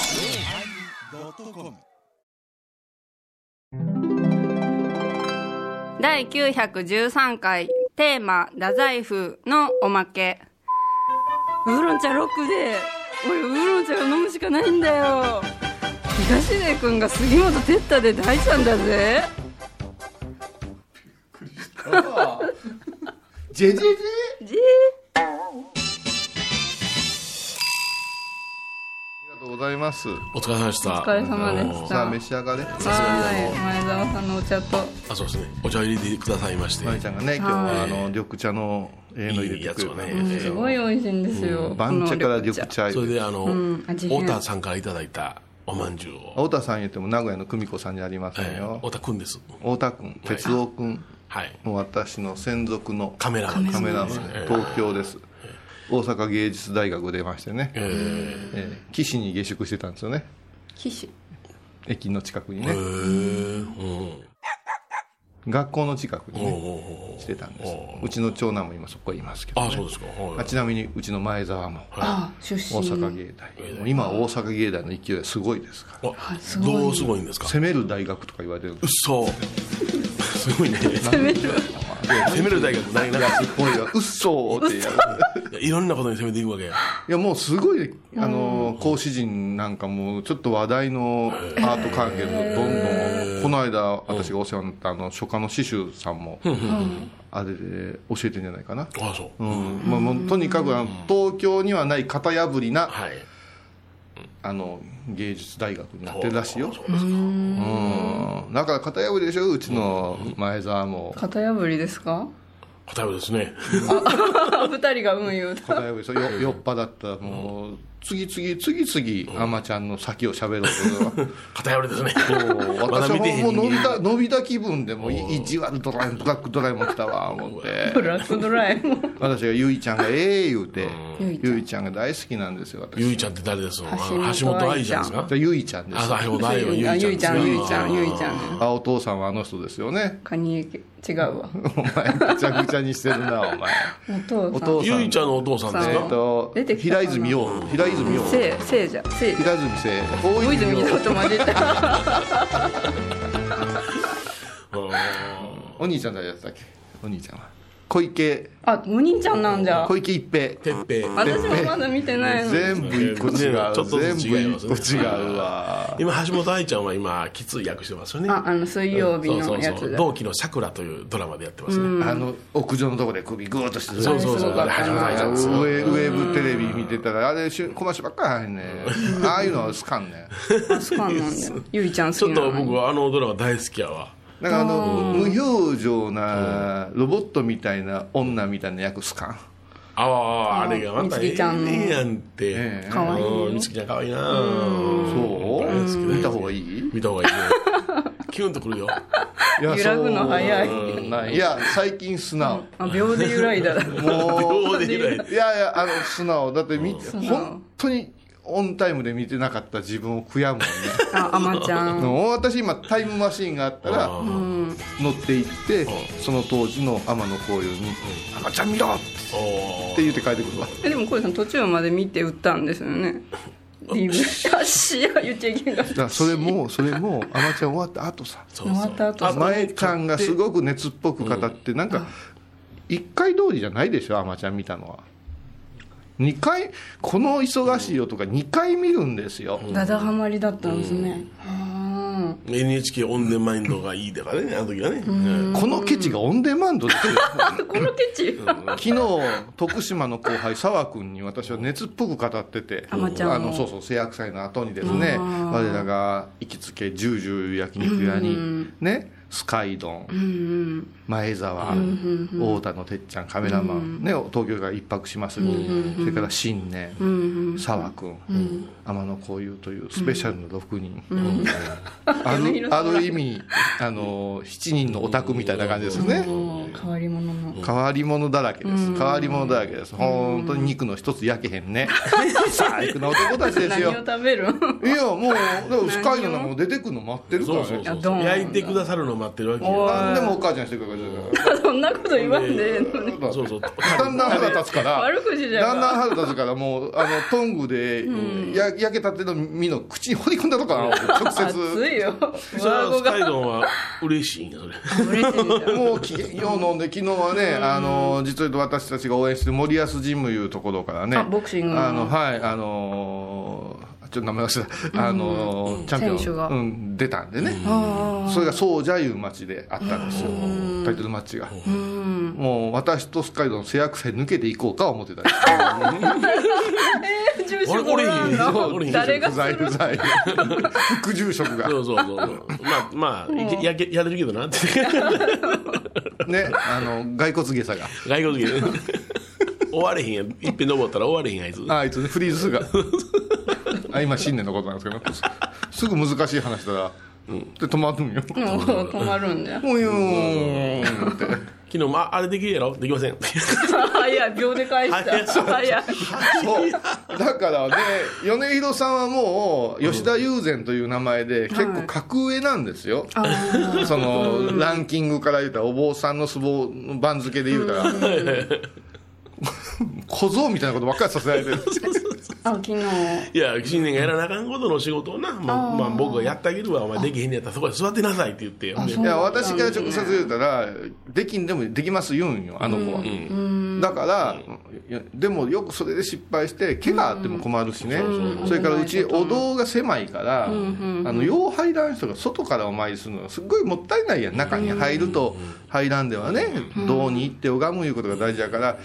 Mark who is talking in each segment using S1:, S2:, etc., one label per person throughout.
S1: yosmir
S2: 第913回テーマ「太宰府」のおまけウーロン茶ロックで俺ウーロン茶を飲むしかないんだよ東出君が杉本哲太で大ちゃんだぜ
S3: ジェジェジェ
S2: じ
S3: ありがとうございます
S4: お疲れ様でした。お
S2: お疲れ様でし
S3: さ
S2: た
S3: あ
S2: は
S3: 召
S2: い
S3: し上がれ
S2: 前澤さんのお茶と
S4: あ、そうですね。お茶を入れてくださいまして。
S3: まいちゃんがね今日は
S4: は
S3: あ
S4: い
S3: の緑茶のええの入れてくれた
S4: いいやつをね
S2: うんすごい美味しいんですよ
S3: 番茶から緑
S2: この
S3: 茶
S4: それで、あの、
S2: ん味変
S4: 太田さんからいただいたおまんじゅうを。
S3: 太田さん言っても名古屋の久美子さんにあります
S4: えー
S3: よ
S4: 太田くんです。
S3: 太田君哲夫君
S4: はい。
S3: もう私の専属の
S4: カメラマンです
S3: カメラマン
S4: えー
S3: 東京です大阪芸術大学出ましてね、
S4: えー
S3: えー岸に下宿してたんですよね
S2: 機種
S3: 駅の近くに
S4: え
S3: ね
S4: ーうん
S3: 学校の近くに
S4: おう
S3: ね
S4: おうおう
S3: してたんですうちの長男も今そこいますけど、ね、
S4: あ、そうですか。はい
S3: あちなみにうちの前澤も
S2: あ出身
S3: 大
S2: の
S3: 阪芸大もう今大阪芸大の勢いはすごいですから
S4: あどうすごいんですか。
S3: 攻める大学とか言われてるんで
S4: う
S3: す
S4: そ。 すごいね。攻める。攻める大学ないな。い
S3: ごいようっそーってやる
S4: やいろんなことに攻めていくわけや。
S3: いやもうすごいねあの講師陣なんかもうちょっと話題のアート関係のどんどんこの間私がお世話になったあの書家の詩集さんもあれで教えてんじゃないかな
S4: あ、そう
S3: う。んまあ、もうとにかくあの東京にはない型破りな
S4: はい。
S3: あの芸術大学になってるらしいようんだから型破りでしょうちの前澤も
S2: 型破りですか
S4: 答えはですね。
S2: 二人が運言うた
S3: 型破りでしょよ酔っ払ったらもう次々次々あまちゃんの先を喋ろうと
S4: 偏りですね。 まだ
S3: 私は
S4: 見てへ
S3: も
S4: ん
S3: う伸
S4: 人
S3: び
S4: 間
S3: た伸びた気分でもう意地悪ドライブラックドライも来たわ思って
S2: ブラックドライも
S3: 私がゆいちゃんがええ言うて
S2: うん
S3: ゆいちゃんが大好きなんですよ私
S4: ゆいちゃんって誰ですあの
S2: 橋
S4: 橋
S2: 本
S4: 本
S2: 愛
S4: 愛
S2: ち
S4: ち
S2: ゃ
S4: ゃ
S2: ん
S4: んですか
S3: じゃあゆいちゃんです
S4: あ、橋本
S2: あ
S4: 愛はゆいちゃんですね。
S2: ゆいちゃんゆいちゃんゆいちゃん
S3: あお父さんはあの人ですよね
S2: カニ違うわ
S3: お前ぐちゃぐちゃにしてるなお前
S2: お父
S3: お
S2: さん
S3: 父さん
S4: ゆいちゃんのお父さんです
S3: え
S2: さ
S3: っ、
S4: か
S2: ん
S3: と
S2: 出てきたか
S3: 平
S2: な
S3: 泉洋平泉洋
S2: せいせいじゃせい
S3: 平泉聖
S2: 大
S3: 大
S2: 泉
S3: 泉
S2: 洋
S3: 洋
S2: と混じった
S3: お兄ちゃん誰やったっけお兄ちゃんは小池
S2: あお兄ちゃんなんじゃ
S3: 小池一平
S4: てっぺい
S2: 私もまだ見てないの
S3: 全部一個違う
S4: ちょっとずつ違い
S3: 全部
S4: ます
S3: 一
S4: ね
S3: 個違うわ
S4: 今橋本愛ちゃんは今きつい役してますよね
S2: ああの水曜日
S4: そ
S2: の
S4: う
S2: や
S4: そうそ
S2: つ
S4: う
S2: だ
S4: 同期のさくらというドラマでやってますね、
S3: あの屋上のとこで首グーッとしてる
S4: そうそうそう
S2: あれすごかったな
S4: 橋本愛ちゃんです
S3: ウェウェブテレビ見てたらあれしゅコマーシャルばっかり入んねああいうのは好かんね
S2: あそうなんだよゆいちゃん
S4: ち
S2: 好
S4: ょ
S2: き
S4: っ
S2: な
S4: と
S2: の
S4: 僕
S2: に
S4: はあのドラマ大好きやわ
S3: なんかあの無表情なロボットみたいな女みたいな役好かん
S4: あああれがまた
S2: みつきちゃんの
S4: ええやんって、
S3: ええ
S2: かわいい
S4: うんみつきちゃんかわいいな
S3: そう
S4: 大好き大好き
S3: 見た方がいい
S4: 見た方がいいね キュンとく るよ
S3: いや
S2: 揺らぐの早い
S3: そうないいや最近素直
S2: あ秒で揺らいだら
S3: も
S4: どうで言えないう
S3: いやいやあの素直だって見て
S2: 直
S3: 本当にオンタイムで見てなかった自分を悔やむもんね
S2: ああまちゃん
S3: もう私今タイムマシーンがあったら
S4: あ
S3: 乗って行ってその当時の天野幸雄に「赤ちゃん見ろ!」って
S4: お
S3: 言って帰ってくるわ
S2: えでもこれさん途中まで見て売ったんですよね DV あしや言っちゃいけんかった
S3: だからそれもそれも「アマちゃん終わった後さ
S4: そう
S2: 終わった後
S4: あ
S3: 前ちゃんがすごく熱っぽく語ってなんか一回通りじゃないでしょアマちゃん見たのは二回この忙しいよとか2回見るんですよ
S2: ダダハマりだったんですねは
S4: NHK オンデマインドがいいとかねあの時はね、うん
S3: このケチがオンデマンドですよ
S2: あこのケチ
S3: 昨日徳島の後輩沢君に私は熱っぽく語ってて
S2: アマちゃんを
S3: あのそうそう制約祭の後にですね我らが行きつけジュージュー焼肉屋にねスカイドン前澤太田のてっちゃんカメラマン、ね、東京から一泊します、それから新年、沢君、天野幸雄というスペシャルの6人、あるある意味あの7人のオタクみたいな感じですね、
S2: 変わり者の
S3: 変わり者だらけです変わり者だらけです本当に肉の一つ焼けへんね最悪な男たちです
S2: 何
S3: よ
S2: を食べる
S3: いやもうでもスカイのもう出てくるの待ってるか
S4: そう
S3: ら
S4: そう
S3: ね
S4: そう
S2: ド
S4: そ
S2: ン
S4: う焼いてくださるのを待ってるわけ
S2: お
S4: よ
S3: なんでもお母ちゃんしてくれるか
S2: そんなこと言わんでええのに
S3: ら
S4: そうそう
S3: だんだん腹立つから
S2: 悪口じゃん
S3: だんだん腹立つからもうあのトングでや焼けたての身の口に放り込んだとか直
S2: 熱
S3: 接
S2: いよ
S4: それ
S2: 上
S4: は
S2: 顎
S4: スカイ
S2: が
S4: ドンは嬉しいんやそれ
S2: 嬉しいんだ
S3: もう機嫌よう飲んで昨日はねあの実を言うと私たちが応援してる森保ジムいうところからね
S2: あボクシングの
S3: あのはいあのーちょっと名前忘れたあのーチャンピ
S2: 選手
S3: オン
S2: が
S3: うん、出たんでね
S2: あ
S3: それが総社いう町であったんですよタイトルマッチがもう私とスカイドの制約さえ抜けていこうか 思ってたんです
S2: ー重症もらう
S4: 俺俺
S2: の 誰が
S3: 不在 不在副住職が
S4: そうそうそうそうまあまあいけやけやれるけどなって
S3: ねあの骸骨下が
S4: 外国人 終われへんやんいっぺん登ったら終われへんあいつ
S3: ああいつねフリーズするがあ今新年のことなんですけどすすぐ難しい話したら、で止まるんよ
S2: もう止まるんだよ
S3: もうよーんって
S4: 昨日もああれできるやろできません
S2: 早い秒で返した早い
S3: そうだからね米広さんはもう吉田友禅という名前で結構格上なんですよ、そのランキングから言うたらお坊さんの相撲の番付で言うたら、小僧みたいなことばっかりさせられてる
S2: あ昨日
S4: いや新年がやらなあかんことの仕事をな、まあまあ、僕がやってあげるわお前できへんねやったらそこで座ってなさいって言ってで
S3: いや私が直接言うたらできんでもできます言うんよあの子は、だから、いやでもよくそれで失敗して怪我あっても困るしね、それからうちお堂が狭いから、あのよう入らん人が外からお参りするのがすっごいもったいないやん中に入ると入らんではね、堂に行って拝むいうことが大事だから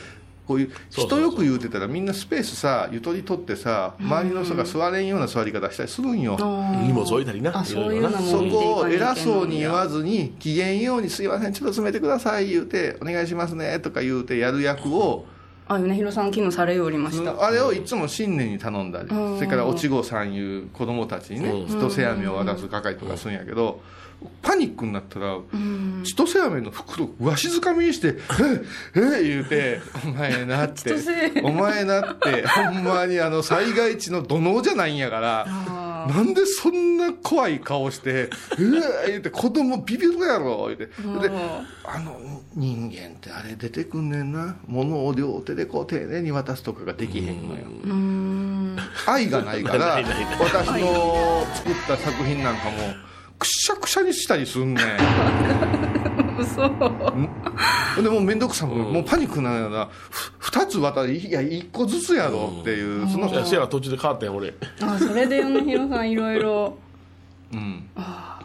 S3: こういう
S4: そうそ
S3: 人
S4: う
S3: よく言うてたらみんなスペースさゆとり取ってさ周りの人が座れんような座り方したりするんよ、
S4: 荷物置いたりな
S2: あそういうのも
S3: そこを偉そうに言わずに、機嫌ように、すいません、ちょっと詰めてください言うて、お願いしますねとか言うて、やる役を、
S2: あ米広さん昨日されおりました
S3: あれをいつも新年に頼んだり、それからおちごさんいう子供たちにね、千歳飴を渡す係とかするんやけど、パニックになったら、千歳飴の袋、わしづかみにして、ええ言うて、お前なって
S2: 千歳、
S3: お前な って、ほんまにあの災害地の土のうじゃないんやから。
S2: あ
S3: なんでそんな怖い顔して、えー、言って、子供ビビるやろ、言って。
S2: ー
S3: で、あの、人間ってあれ出てくんねんな。物を両手でこう丁寧に渡すとかができへんのよ。
S2: うーん
S3: 愛がないから
S4: ないないない、
S3: 私の作った作品なんかも、くしゃくしゃにしたりすんねん。
S2: 嘘
S3: でもう面倒くさも、もうパニックなような、ふ二つ渡り、いや、一個ずつやろっていう、その、
S4: いやせやら途中で変わったやん俺
S2: あそれで米広さんいろいろ
S3: うん、だか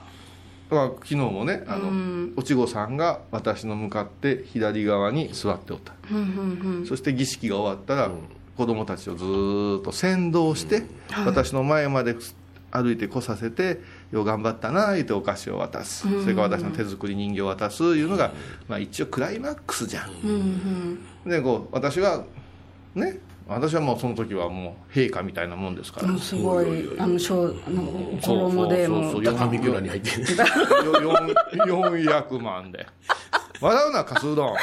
S3: ら昨日もねあの、おちごさんが私の向かって左側に座っておった、そして儀式が終わったら、子供たちをずーっと先導して、私の前まで歩いてこさせて「よう頑張ったな」言ってお菓子を渡す、それから私の手作り人形を渡すいうのが、まあ、一応クライマックスじゃん、でこう私はね私はもうその時はもう陛下みたいなもんですから、
S2: すごいあの小あの衣でもう
S4: そう高見倉に入ってんね
S3: よよん400万で笑うなカスうどん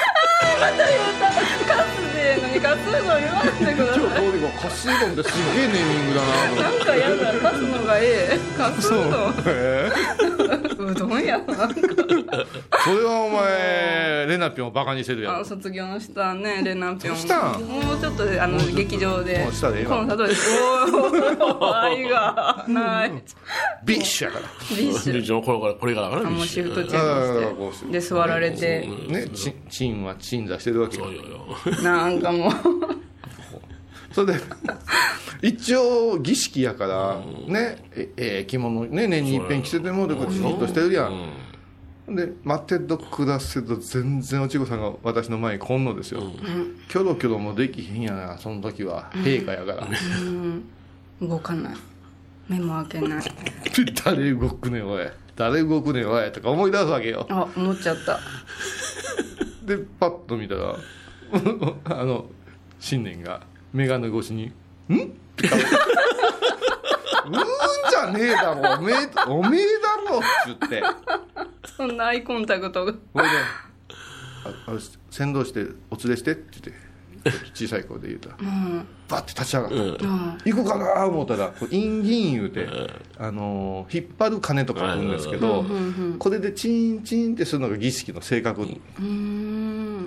S2: でのにカツの言わんでくださ
S3: 今日どうでもカスうどんってすげえネーミングだなと思っ
S2: いなんかやだカツのがええカ
S3: て
S2: ツ
S3: そう
S2: の
S3: え ー
S2: うどんやな
S3: それはお前レナピョンをバカにしてるや
S2: あの
S3: ん
S2: 卒業のしたねレナピョン
S3: したん
S2: もうちょっとであの劇場で
S3: もうしたでええわ
S2: コンサートですおお愛がない
S3: ビッシュやから
S2: ビッシ ュ
S4: うちの頃からこれからかな
S2: もうシフトチ
S3: だから
S2: ェン
S3: こう
S2: ジ
S3: し
S2: しててで座られて
S3: ねチンチンは鎮座してるわけよ
S4: そうよよ
S2: なんかもう
S3: それで一応儀式やからねえええ着物ね年に一遍着せてもうてこうじっとしてるやんで待ってどくだせど全然おちごさんが私の前に来んのですよ、キョロキョロもできへんやなその時は陛下や から、
S2: 動かない目も開けない
S3: 誰動くねんおい誰動くねんおいとか思い出すわけよ
S2: あ思っちゃった
S3: でパッと見たら あの新年が眼鏡越しに「ん?」って顔して「うーんじゃねえだろおめえおめえだろ」って言って
S2: そんなアイコンタクトが
S3: ほいでああ先導してお連れしてって言って小さい声で言うたら、バッて立ち上がった、行くかな思ったらこうインギン言うて、あのー引っ張る金とかあるんですけど、これでチンチンってするのが儀式の正確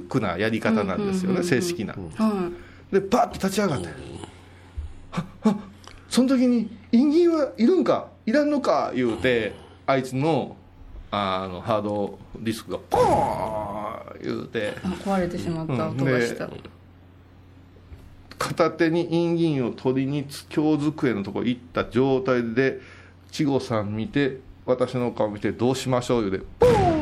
S3: くなやり方なんですよね、正式な、
S2: は
S3: でバッて立ち上がって、はっはっその時に「インギンはいるんかいらんのか」言うてあいつのあのハードディスクがポーン言うて
S2: いあ壊れてしまった
S3: うん
S2: 音がした、
S3: で片手にインギンを取りに京机のとこ行った状態で千穂さん見て私の顔見て「どうしましょう」言うて「ポーン!」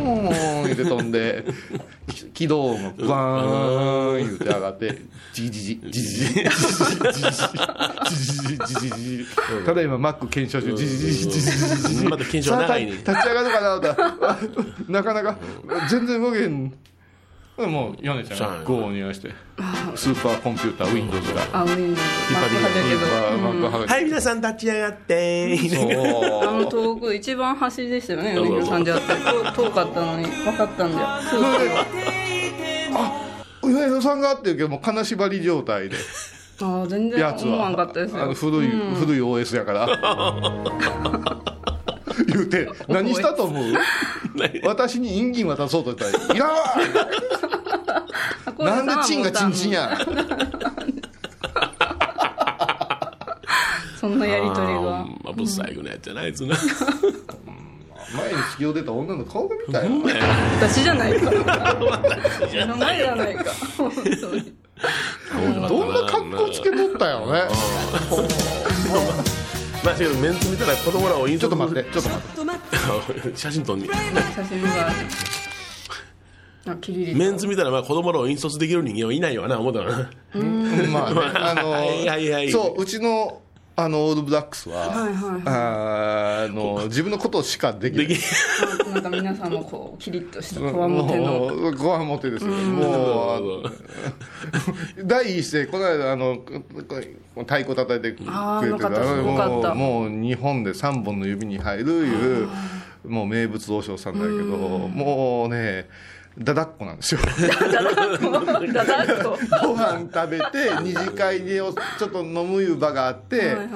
S3: 言うて飛んで き軌道音がバーン言うて上がって「ジジジジジジジジジジジジジジ」ただ今マック検証中「ジジジジジジジジジ」
S4: まだ検証長いね
S3: 立ち上がるかな思ったらなかなか全然動けへんもう米ちゃんがゴーを匂いしてスーパーコンピューター Windows が
S2: あウィンドウ
S3: 引っ張
S2: マック派だけど
S3: ってき
S4: は
S3: て
S4: い、皆さん立ち上がって。
S2: あの遠く一番端でしたよね、米広さんじゃ遠遠かったのに分かったんだよ。そう
S3: そう上野さんがっていうけどもう金縛り状態で
S2: ああ全然
S3: やつ
S2: 思わんかったです
S3: はあの
S2: よ。
S3: 古い古い OS やから言うて何したと思う私に陰銀渡そうと言ったら「いらんわなんでチンがチンチン
S2: や。
S3: や
S2: そんなやりとり
S4: あ
S2: が。
S4: ーまあ、不細工なやつじゃないですな。
S3: 前に月を出た女の顔が見たよ
S4: ほんまや
S2: 私じゃない から。目の前じゃないか。本当に。
S3: どんな格好つけとったよね
S4: まあ、けどメンツ見たら子供らを
S3: ちょっと待ってちょっと待って
S4: て写真撮んね
S2: 写真が。あ、キリリ。
S4: メンツ見たらまあ子供らを引率できる人 間はいないわな思ったわな
S3: うんまあね、あの
S4: はいはいはい
S3: そううちのあのオールブラックスは,、あの自分のことしかできない
S4: でき
S2: なんか皆さんもこうキリッとした
S3: もう
S2: こわもての。
S3: ご飯持ってですよ、もうあの第一声この間あのここ太鼓叩いてくれて
S2: あーよかった
S3: あの
S2: すごかった
S3: もうもう日本で3本の指に入るいうもう名物和尚さんだけどもうねだだっこなんで すよ
S2: だだっと。
S3: ご飯食べて二次会でおちょっと飲むいう場があって、
S2: はいはい。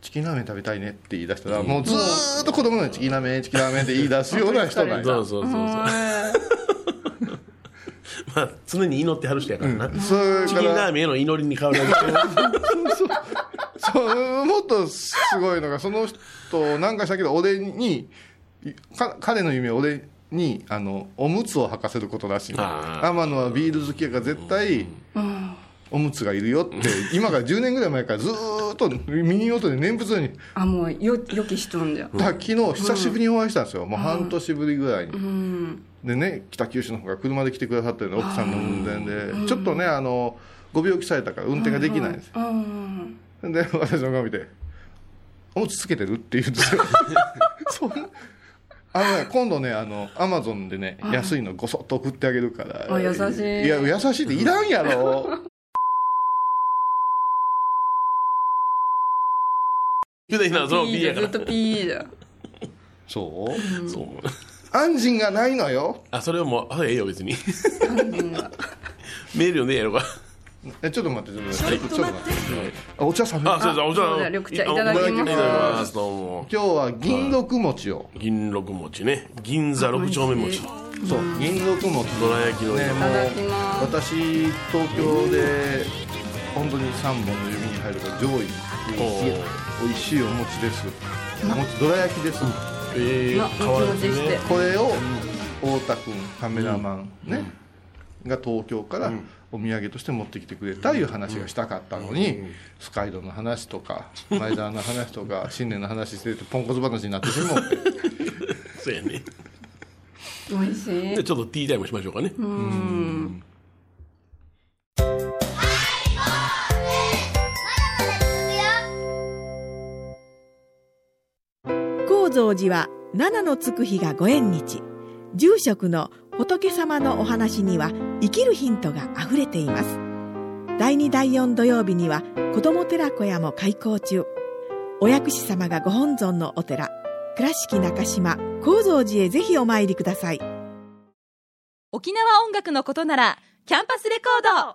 S3: チキンラーメン食べたいねって言い出したら、もうずーっと子供のチキンラーメンチキンラーメンって言い出すような人なんや
S4: そうそうそうそうまあ常に祈ってはる人やからな
S3: それ
S4: チ
S3: か
S4: キンラ
S3: ら
S4: ーメンへの祈りに変わるだけ
S3: そうもっとすごいのがその人なんかしたけど俺にか彼の夢は俺にあのおむつを履かせることらしい
S4: あー
S3: 天野はビール好きやから絶対おむつがいるよって今から10年ぐらい前からずーっと耳元で念仏のように
S2: あもうよ予期しとんじゃん。
S3: だ昨日久しぶりにお会いしたんですよもう半年ぶりぐらいに、でね北九州の方から車で来てくださったような奥さんの運転で、ちょっとねあのご病気されたから運転ができないんです、
S2: うん。
S3: で私の顔見て「おむつつけてる?」って言 うんですよそんなあのね今度ねあのアマゾンでね安いのごそっと送ってあげるから
S2: あ優しい
S3: や優しいっていらんやろ
S4: 言うてき なそう
S2: ピ
S4: B
S2: ー
S4: や
S2: じ
S4: か
S2: ゃず
S4: ら
S2: っとピーじゃん。
S3: そう
S4: そう
S3: 安心がないのよ
S4: あそれはもうあええよ別に
S2: 犯人が。
S4: メール読んでええやろか
S3: えちょっと待ってちょっと待ってちょっと待ってあお茶冷め
S4: あ
S3: た
S4: そうそうお茶
S2: そうだ緑茶いただきます
S4: あお茶いただきますどうも
S3: 今日は銀六餅を、
S4: 銀六餅ね銀座六丁目餅
S3: そう銀六餅
S4: どら焼きの
S3: ね
S4: ね
S3: も
S2: ただきます
S3: う私東京で本当に3本の指に入るから上位美味しいお餅ですお餅どら焼きです
S4: ええ
S2: なもちもちして。
S3: これを太田君カメラマンねが東京からお土産として持ってきてくれたいう話がしたかったのにスカイドの話とか前澤の話とか新年の話しててポンコツ話になってしまう
S4: そうやね
S2: 美味しい
S4: で。ちょっとティータイムしましょうかね
S1: 高蔵寺は七のつく日がご縁日住職の仏様のお話には生きるヒントがあふれています第2第4土曜日には子ども寺小屋も開校中お薬師様がご本尊のお寺倉敷中島・高蔵寺へぜひお参りください
S5: 沖縄音楽のことならキャンパスレコー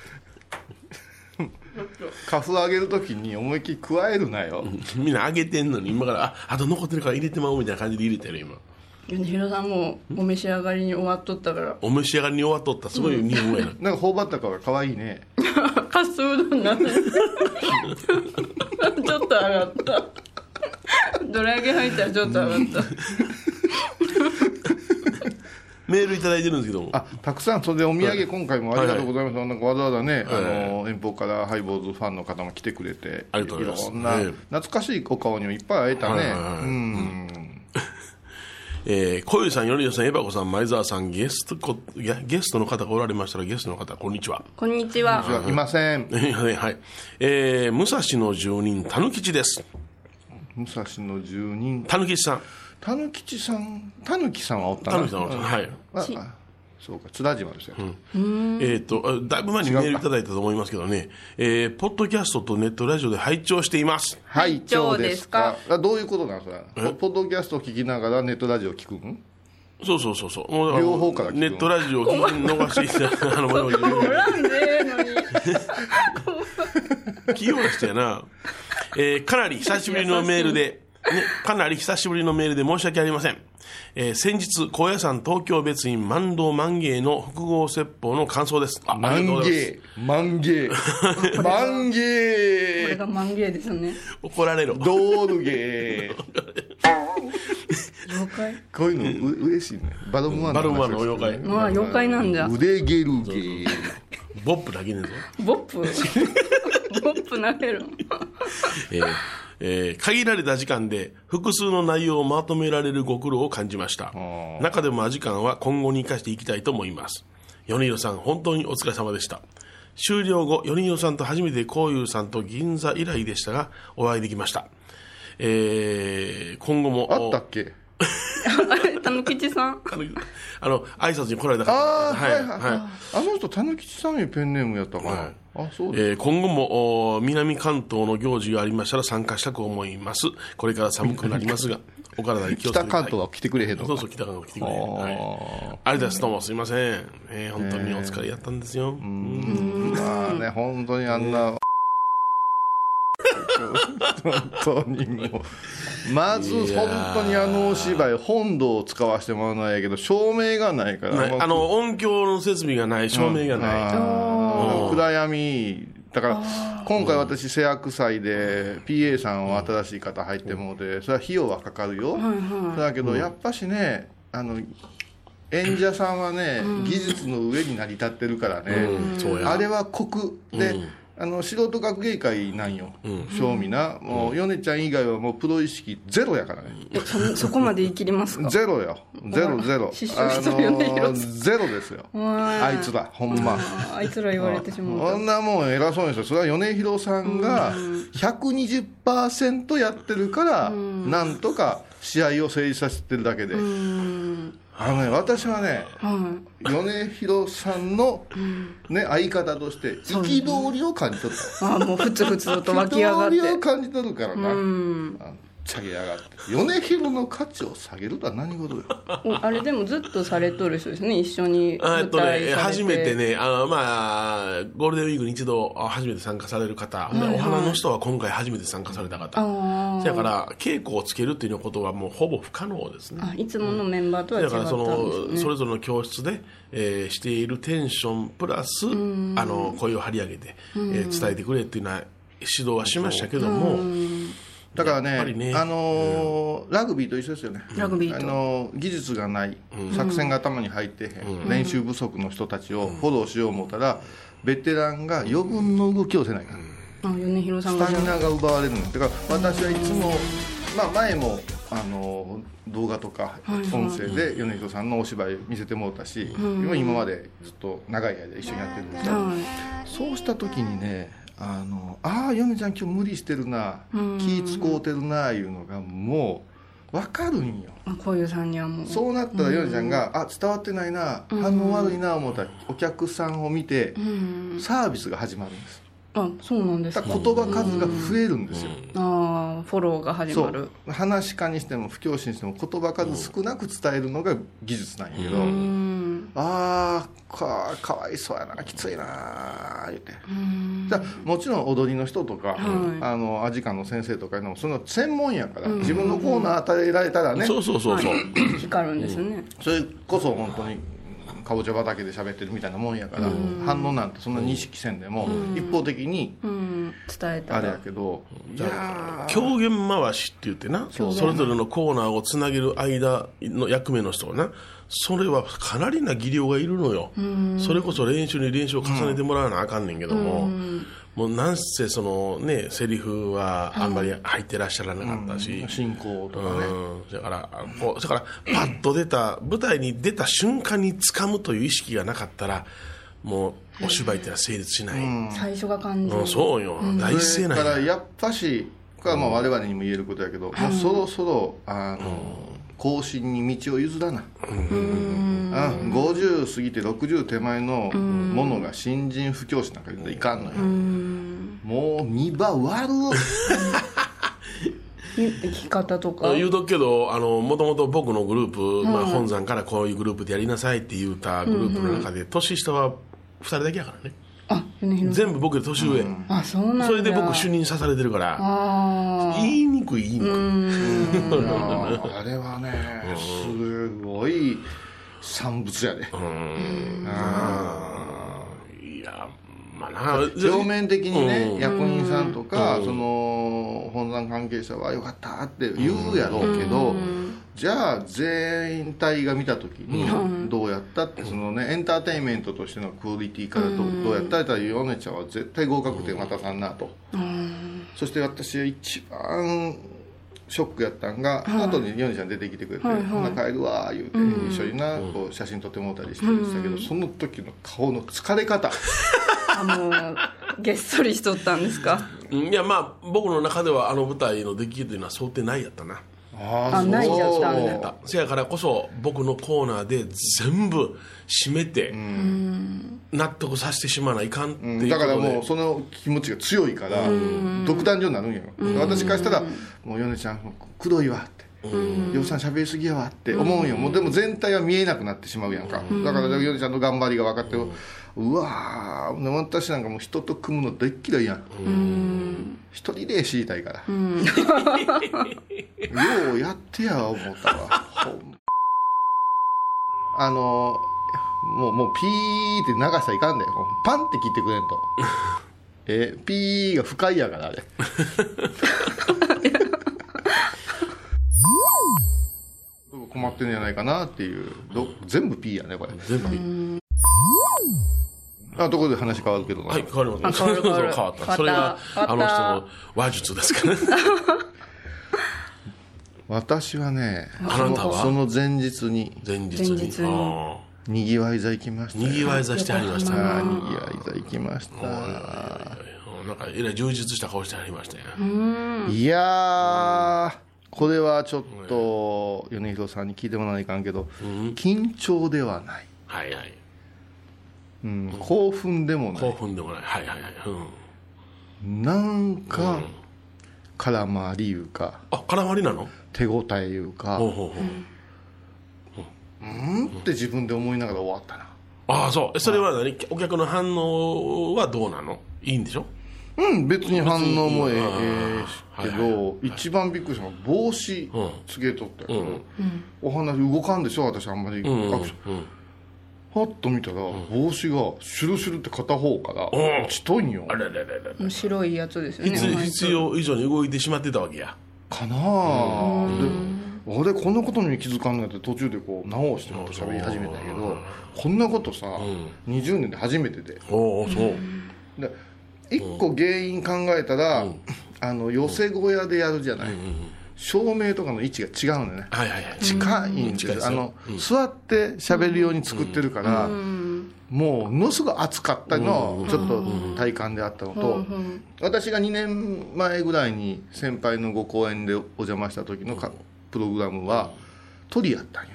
S3: カスあげるときに思いっきり加えるなよ
S4: みんなあげてんのに今からああと残ってるから入れてまおうみたいな感じで入れてる今
S2: 米広さんもお召し上がりに終わっとったから
S4: お召し上がりに終わっとったすごい日本語やな
S3: なんか頬張ったから可愛いね
S2: カスうどんなって ちょっと上がったドラ揚げ入ったらちょっと上がった
S4: メールいただいてるんですけども
S3: あたくさんそれでお土産今回もありがとうございます、なんかわざわざね、
S4: はいはい
S3: あの遠方からハイボーズファンの方も来てくれて
S4: ありがとうございます
S3: ろんな
S4: ええ
S3: 懐かしいお顔にもいっぱい会えたね、
S4: はいはいはい
S3: うん
S4: えー、小遊さん、よりよさん、エバコさん、前澤さん、ゲストこ、ゲゲストの方がおられましたら、ゲストの方、こんにちは。
S2: こんにちは
S3: 私はいません
S4: はい、はい。えー、武蔵の住人、たぬきちです。
S3: 武蔵の住人
S4: たぬきちさん。
S3: たぬきちさんたぬきさんはおった
S4: た
S3: な
S4: ぬきさん、はい。
S3: ああそうか津田島ですよ、
S4: えっ、と、あだいぶ前にメールいただいたと思いますけどね、えー、ポッドキャストとネットラジオで拝聴しています。
S3: はい
S2: 長ですか
S3: あどういうことなんそれポッドキャストを聞きながらネットラジオ聞くん
S4: そうそうそうそう。もうだら
S3: 両方から聞く
S4: ネットラジオを聞き逃してい た、あの、もう
S2: おらんでええのに
S4: 器用な人やな。えーかなり久しぶりのメールで、ね、かなり久しぶりのメールで申し訳ありません。えー先日、高野山東京別院万道万芸の複合説法の感想です。あありがとう
S3: 万
S4: ございます
S3: 芸万芸万
S2: これ
S3: 芸
S2: がマンゲーですね
S4: 怒られろ。
S3: ドール芸
S2: 妖怪
S3: こういうのう嬉しいねバドムワン
S4: バルマの妖怪。
S2: まあ妖怪なんだ
S3: 腕ゲル芸
S4: ボップだけねえぞ。
S2: ボップ ボップなめる
S4: えーえー限られた時間で複数の内容をまとめられるご苦労を感じました
S3: ー。
S4: 中でもアジカンは今後に生かしていきたいと思います。米広さん、本当にお疲れ様でした。終了後、米広さんと初めてこういうさんと銀座以来でしたが、お会いできました。えー今後も、
S3: あったっけ
S2: あれたぬきちさん
S4: あの、あの挨拶に来られた方
S3: ああ
S4: は
S3: はいいはい、
S4: はい
S3: あの人たぬきちさんいうペンネームやったかな、
S4: はい
S3: あそうです、
S4: えー今後もお南関東の行事がありましたら参加したく思います。これから寒くなりますが、お体に気を
S3: 北
S4: つけ
S3: 関
S4: てください
S3: 東は来てくれへんの
S4: そ
S3: か
S4: うそう、北川が来てくれて。はい。ありがとうございます。どうもすいません。えー本当にお疲れやったんですよ。うん
S3: まあね、本当にあんな、本当にもう、まず
S4: いや
S3: 本
S4: ー
S3: 当にあのお芝居、本堂を使わせてもらわないやけど、照明がないから、
S4: ないあの、音響の設備がない、照明がない。
S3: あ
S4: う
S3: ー
S4: ん
S3: 暗闇、だから今回私、制約祭で PA さんは新しい方入ってもうて、それは費用はかかるよ、だけどやっぱしね、あの演者さんはね、技術の上に成り立ってるからね。
S4: うんそうや。
S3: あれは酷で、
S4: うん
S3: あの素人学芸会なんよ、
S4: ん
S3: 正味な、もう米ちゃん以外はもうプロ意識ゼロやからね、
S2: えそそこまで言い切りますか
S3: ゼロよ、ゼロ、ゼロ、
S2: 失
S3: あ
S2: 笑しとるよね
S3: の
S2: 広瀬
S3: ゼロですよ、
S2: わ
S3: あいつだ、ほんま。
S2: ああいつら言われてしま
S3: こ
S2: うん
S3: なもん偉そうにしてそれは米広さんが120%やってるからなんとか試合を成立させてるだけであのね私はね
S2: は
S3: 米広さんの、ね、相方として憤りを感じ取った
S2: いあもうふつふつ と湧き上が
S3: 憤
S2: って
S3: りを感じ取るからな、
S2: うん
S3: あの下げやがって米広の価値を下げるとは何事よ
S2: おあれでもずっとされとる人ですね一緒に
S4: あえっ
S2: 舞
S4: とね、
S2: 台
S4: えー
S2: されて
S4: 初めてね、あの、まあ、ゴールデンウィークに一度、あ初めて参加される方、でお花の人は今回初めて参加された方。
S2: あ
S4: だから、稽古をつけるっていうようなことはもうほぼ不可能ですね
S2: あ。あいつものメンバーとは違
S4: だ
S2: っ
S4: か
S2: たん
S4: らその、
S2: です
S4: そ
S2: ね
S4: れぞれの教室で、えーしているテンションプラス、あの声を張り上げて、えー伝えてくれっていうのは指導はしましたけども、
S3: だから
S4: やっぱ
S3: ね
S4: りね
S3: あのーラグビーと一緒ですよね
S2: ラグビー
S3: あ
S2: と
S3: のー技術がない、作戦が頭に入ってへん、練習不足の人たちをフォローしよう思ったら、ベテランが余分の動きをせないから、
S2: あ米広さん
S3: ス
S2: が
S3: タミナが奪われるのだから私はいつも、まあ、前もあの動画とか
S2: はいはい
S3: 音声で米彦さんのお芝居見せてもらったし、
S2: うん
S3: 今までずっと長い間一緒にやってるんですけど、
S2: は
S3: そうした時にねあのああ米ちゃん今日無理してるな、
S2: うん
S3: 気使うてるないうのがもう分かるんよ
S2: いこういうさんにはもう
S3: そうなったら米ちゃんが「あ伝わってないな
S2: うん
S3: 反応悪いな」思ったらお客さんを見て
S2: うん
S3: サービスが始まるんです
S2: あそうなんです
S3: だ
S2: か
S3: から言葉数が増えるんですよ、
S2: ああフォローが始
S3: そ
S2: まる
S3: う話し家にしても不教師にしても言葉数少なく伝えるのが技術なんやけど、
S4: う
S2: うん
S3: ああかかわいそうやなきついなー言って。
S2: うん
S3: じゃあもちろん踊りの人と
S2: い
S3: か、あのアジカンの先生とかいうのもその専門やから、
S2: うん
S3: 自分のコーナー与えられたらね、
S4: そうそうそうそう、
S2: はい光るんですね
S3: それこそ本当にかぼちゃ畑で喋ってるみたいなもんやから、反応なんてそんなに意識せんでも、一方的に
S2: うん伝えた
S3: あれや
S2: ら
S3: けど、
S4: じゃあ
S3: いやー
S4: 狂言回しって言ってなそれぞれのコーナーをつなげる間の役目の人がなそれはかなりな技量がいるのよそれこそ練習に練習を重ねてもらわなあかんねんけども、もうなんせそのねセリフはあんまり入ってらっしゃらなかったし、
S3: 進行とかね、
S4: うんだからこうだからパッと出た舞台に出た瞬間に掴むという意識がなかったらもうお芝居ってのは成立しない、うん
S2: 最初が感じ
S4: そうよ、大
S3: そ
S4: 事
S3: れ
S4: な
S3: か
S4: ん
S3: ら
S4: や
S3: やっぱしこれはまあ我々にも言えることやけど、もうそろそろあの、後進に道を譲らな、うん、50過ぎて60手前のものが新人不教師なんか言うのいかんのよ、もう見場悪
S2: ゆ生き方とか
S4: 言うとくけどあのもともと僕のグループ、まあ、本山からこういうグループでやりなさいって言うたグループの中で、年下は2人だけやからね
S2: あ米広
S4: 全部僕より年上、
S2: あそうなんだ
S4: それで僕主任刺されてるから
S2: ああ
S4: 言いにくい言いにくい、
S3: いやーあれはねすごい産物やで、
S4: いやまあな
S3: 表面的にね、
S4: うん
S3: 役員さんとか、
S4: うん
S3: その本山関係者は「よかった」って言うやろうけど、じゃあ全体が見た時にどうやったって、そのねエンターテインメントとしてのクオリティからど,、うどうやったらヨネちゃんは絶対合格点渡さんなと、そして私は一番ショックやったんが、後にヨネちゃん出てきてくれて「
S2: はいはい
S3: ほな帰るわ」言うて、一緒になこう写真撮ってもらったりしてるんですけど、その時の顔の疲れ方
S2: あもうげっそりしとったんです か
S4: うんいやまあ僕の中ではあの舞台の出来というのは想定内やったな
S3: あ
S2: あ泣いちゃったんだ
S3: そう
S4: せやからこそ僕のコーナーで全部締めて納得させてしまわないかんっていうこ
S3: だ
S4: とで、
S3: からもうその気持ちが強いから独壇場になるんやろ私からしたら「もう米ちゃんもうくどいわ」って「洋さん喋りすぎやわ」って思うんよもうでも全体は見えなくなってしまうやんかだから米ちゃんの頑張りが分かってうわー私なんかもう人と組むの大っ嫌いやん一人で知りたいからようやってや思ったわほんあのもうもうピーって流したらいかんだよパンって切ってくれんとえ ピーが不快やからあれ困ってんじゃないかなっていうど全部ピーやねこれ
S4: 全部
S3: あところで話変わるけどな、
S4: はい変わりました
S2: あ変わる変わる
S4: そう変わ
S2: 変わ
S4: っ
S2: った
S4: たそれが
S2: 変わ
S4: あ
S2: っ
S4: の
S2: た
S4: 人の話術ですから
S3: 私はね
S4: あなたは
S3: その前日に
S4: 前日に
S2: 前日に
S4: あ
S3: にぎわい座行きまし
S4: ー
S3: た
S4: にぎわい
S3: 座
S4: 座してはりました
S3: あ
S4: ね
S3: ーにぎわい座行きました
S4: うんなんかえらい充実した顔してはりましたよ、
S3: いやーこれはちょっと米広さんに聞いてもらわないかんけど、緊張ではない、
S4: はいはい
S3: うん、興奮でもな
S4: 興
S3: い
S4: 奮でもないはいはいはい、うん、
S3: なんか空回りいうか
S4: あ絡まりなの
S3: 手応えいうか
S4: ほうほうほ
S3: う
S4: う
S3: んって自分で思いながら終わったな
S4: ああそうえそれは何お客の反応はどうなのいいんでしょ
S3: うん別に反応もえええ
S4: 別に
S3: え
S4: あー
S3: けど、
S4: はいはい
S3: 一番びっくりしたのが帽子
S4: うん
S3: つけとった
S4: う
S3: よ、
S4: んうん
S3: お話動かんでしょ私あんまり、
S4: うんうん
S3: アクションパッと見たら帽子がシュルシュルって片方から
S4: ん
S3: 落ちとんよ、
S4: あれれれれれ
S2: 面白いやつですよね
S4: 必
S2: お前
S4: 必要以上に動いてしまってたわけや
S3: かなあ、で俺こんなことに気づかんのやって途中でこう直してまた喋り始めたけどこんなことさ、20年で初めてで
S4: おおそう
S3: で一個原因考えたら、あの寄せ小屋でやるじゃない、照明とかの位置が違うんだよね
S4: はいはいはい。
S3: 近いんです
S4: 近い
S3: よ、
S4: ですよ
S3: あの
S4: うん
S3: 座って喋るように作ってるから、もうものすごい暑かったのをちょっと体感であったのと、私が2年前ぐらいに先輩のご講演でお邪魔した時のかプログラムはトリやったんよ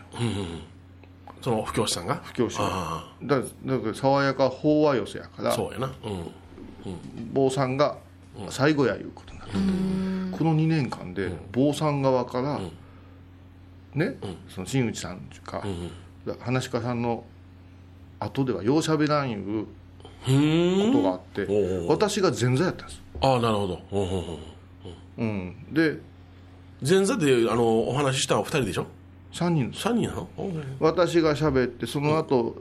S4: その布教師さんが
S3: 布教師が
S4: あ
S3: だだから爽やか飽和寄せやか
S4: あ、
S3: ら
S4: そうやな。うん。
S3: 坊さんが最後やいうことになった、この2年間で坊さん側から、ね、その新内さんとか、話し家さんの後ではようしゃべらんいう
S4: ふー
S3: こ
S4: ん。
S3: とがあって、
S4: うん
S3: 私が前座やったんです、
S4: ああ、なるほど。うんうんうん
S3: うん、で
S4: 前座で、あの、お話ししたのは2人でしょ
S3: 3人です
S4: ?3 人なのうん
S3: 私がしゃべってその後、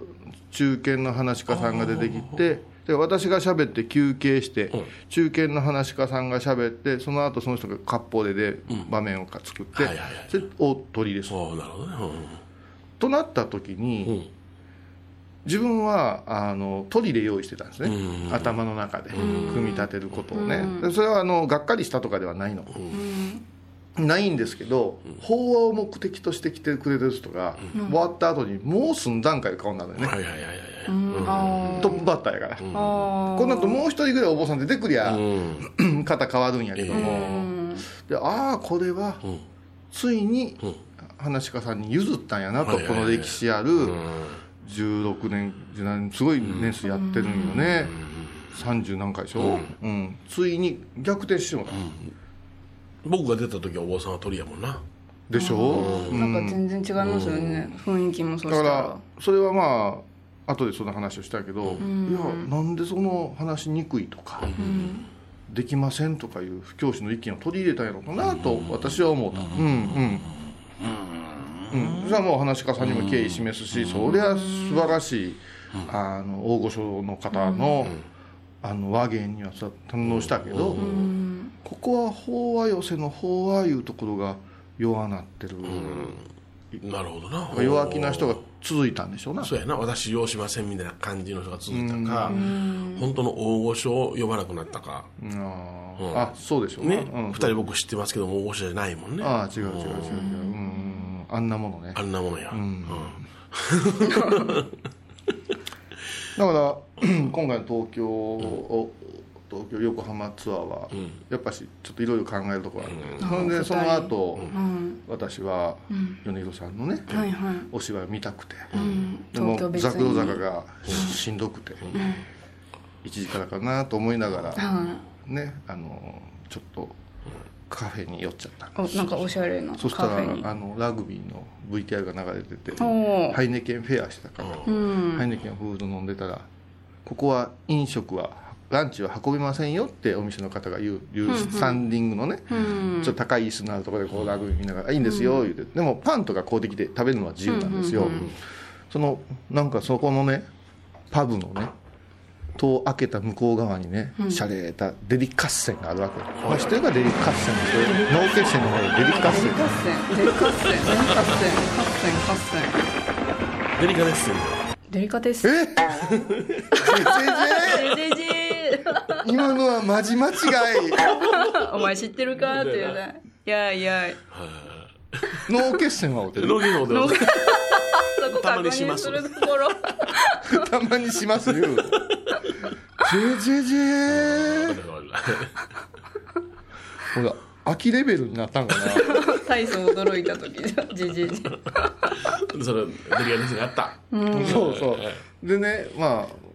S3: 中堅の話し家さんが出てきてで私がしゃべって休憩して、中堅の話し家さんがしゃべってその後その人が割烹でで場面を作って、
S4: はいはいはい
S3: それを取りです
S4: そう、なるほどね。
S3: となった時に、自分はあのトリで用意してたんですね、頭の中で組み立てることをね、でそれはあのがっかりしたとかではないの、ないんですけど、法話を目的として来てくれてる人が、終わった後にもう寸段階顔になるのよ
S4: うん。
S3: ね、
S4: はいはいはいはいはい。
S3: トップバッターやから、この後もう一人ぐらいお坊さん出てくりゃ、
S4: うん。
S3: 肩変わるんやけども、でああこれは、
S4: ん
S3: ついに、話し家さんに譲ったんやなと、
S4: はいはいはい
S3: この歴史ある、16年17年すごい年数やってるんよね、30何回でしょ、うんついに逆転してもらう
S4: 僕が出た時はお坊さんは鳥やもんな。
S3: でしょ、うん
S2: なんか全然違いますよね、雰囲気もそ
S3: だ
S2: した
S3: かららそれはまあ後でそんな話をしたけど、いやなんでその話しにくいとか、できませんとかいう不教師の意見を取り入れたんやろうかなと私は思ったうんうんうん、それはもう話し家さんにも敬意示すし、そりゃ素晴らしい、あの大御所の方の,、あの和芸にはさ堪能したけど、ここは法和寄せの法和いうところが弱なってる、
S4: なるほどな。
S3: 弱気な人が続いたんでしょうな
S4: そうやな私用しませんみたいな感じの人が続いたか本当の大御所を呼ばなくなったか
S3: うんあそうでしょう
S4: ね
S3: うん
S4: 二人僕知ってますけども大御所じゃないもんね
S3: ああ違う違う違う違ううんうんうんあんなものね
S4: あんなものやうん
S3: だから 今回の東京を、東京横浜ツアーは、やっぱしちょっといろいろ考えるところがある、ん、でその後、私は米広さんのね、
S2: はいはい
S3: お芝居を見たくて、でも
S2: 東京別
S3: ザクロ
S2: に
S3: 坂がしんどくて、一時からかなと思いながら、ねあのちょっとカフェに寄っちゃったんです
S2: おなんかおしゃれなカ
S3: そした
S2: フ
S3: ら
S2: ェに
S3: あのラグビーの VTR が流れてて
S2: おー
S3: ハイネケンフェアしてたから、ハイネケンフード飲んでたらここは飲食はランチは運びませんよってお店の方が言う言うスタンディングのね、ちょっと高い椅子のあるところでこうラグビー見ながら「いいんですよ」言うてでもパンとか買うてきて食べるのは自由なんですよ、そのなんかそこのねパブのね戸を開けた向こう側にね、しゃれたデリカッセンがあるわけ、まあ、知ってるかデリカッセンって脳血栓の方でデリカッセン
S2: 合戦デリカッセンデリカッセンカッセンカッセ
S4: デリカです
S2: ンデリカです
S3: え先
S2: デジ
S3: 生今のはまじ間違い
S2: お前知ってるかって言うねいやいや
S3: 脳血栓はお手
S4: ロゲのでございます
S2: そこ
S4: たま
S2: 確
S4: にしま
S2: 認
S4: す
S2: するところ
S3: たまにしますよジェジェジェ ほら秋レベルになったんかな
S2: 大層驚いた時じじじ
S4: それデリカですがあった
S3: そうそうでねまあ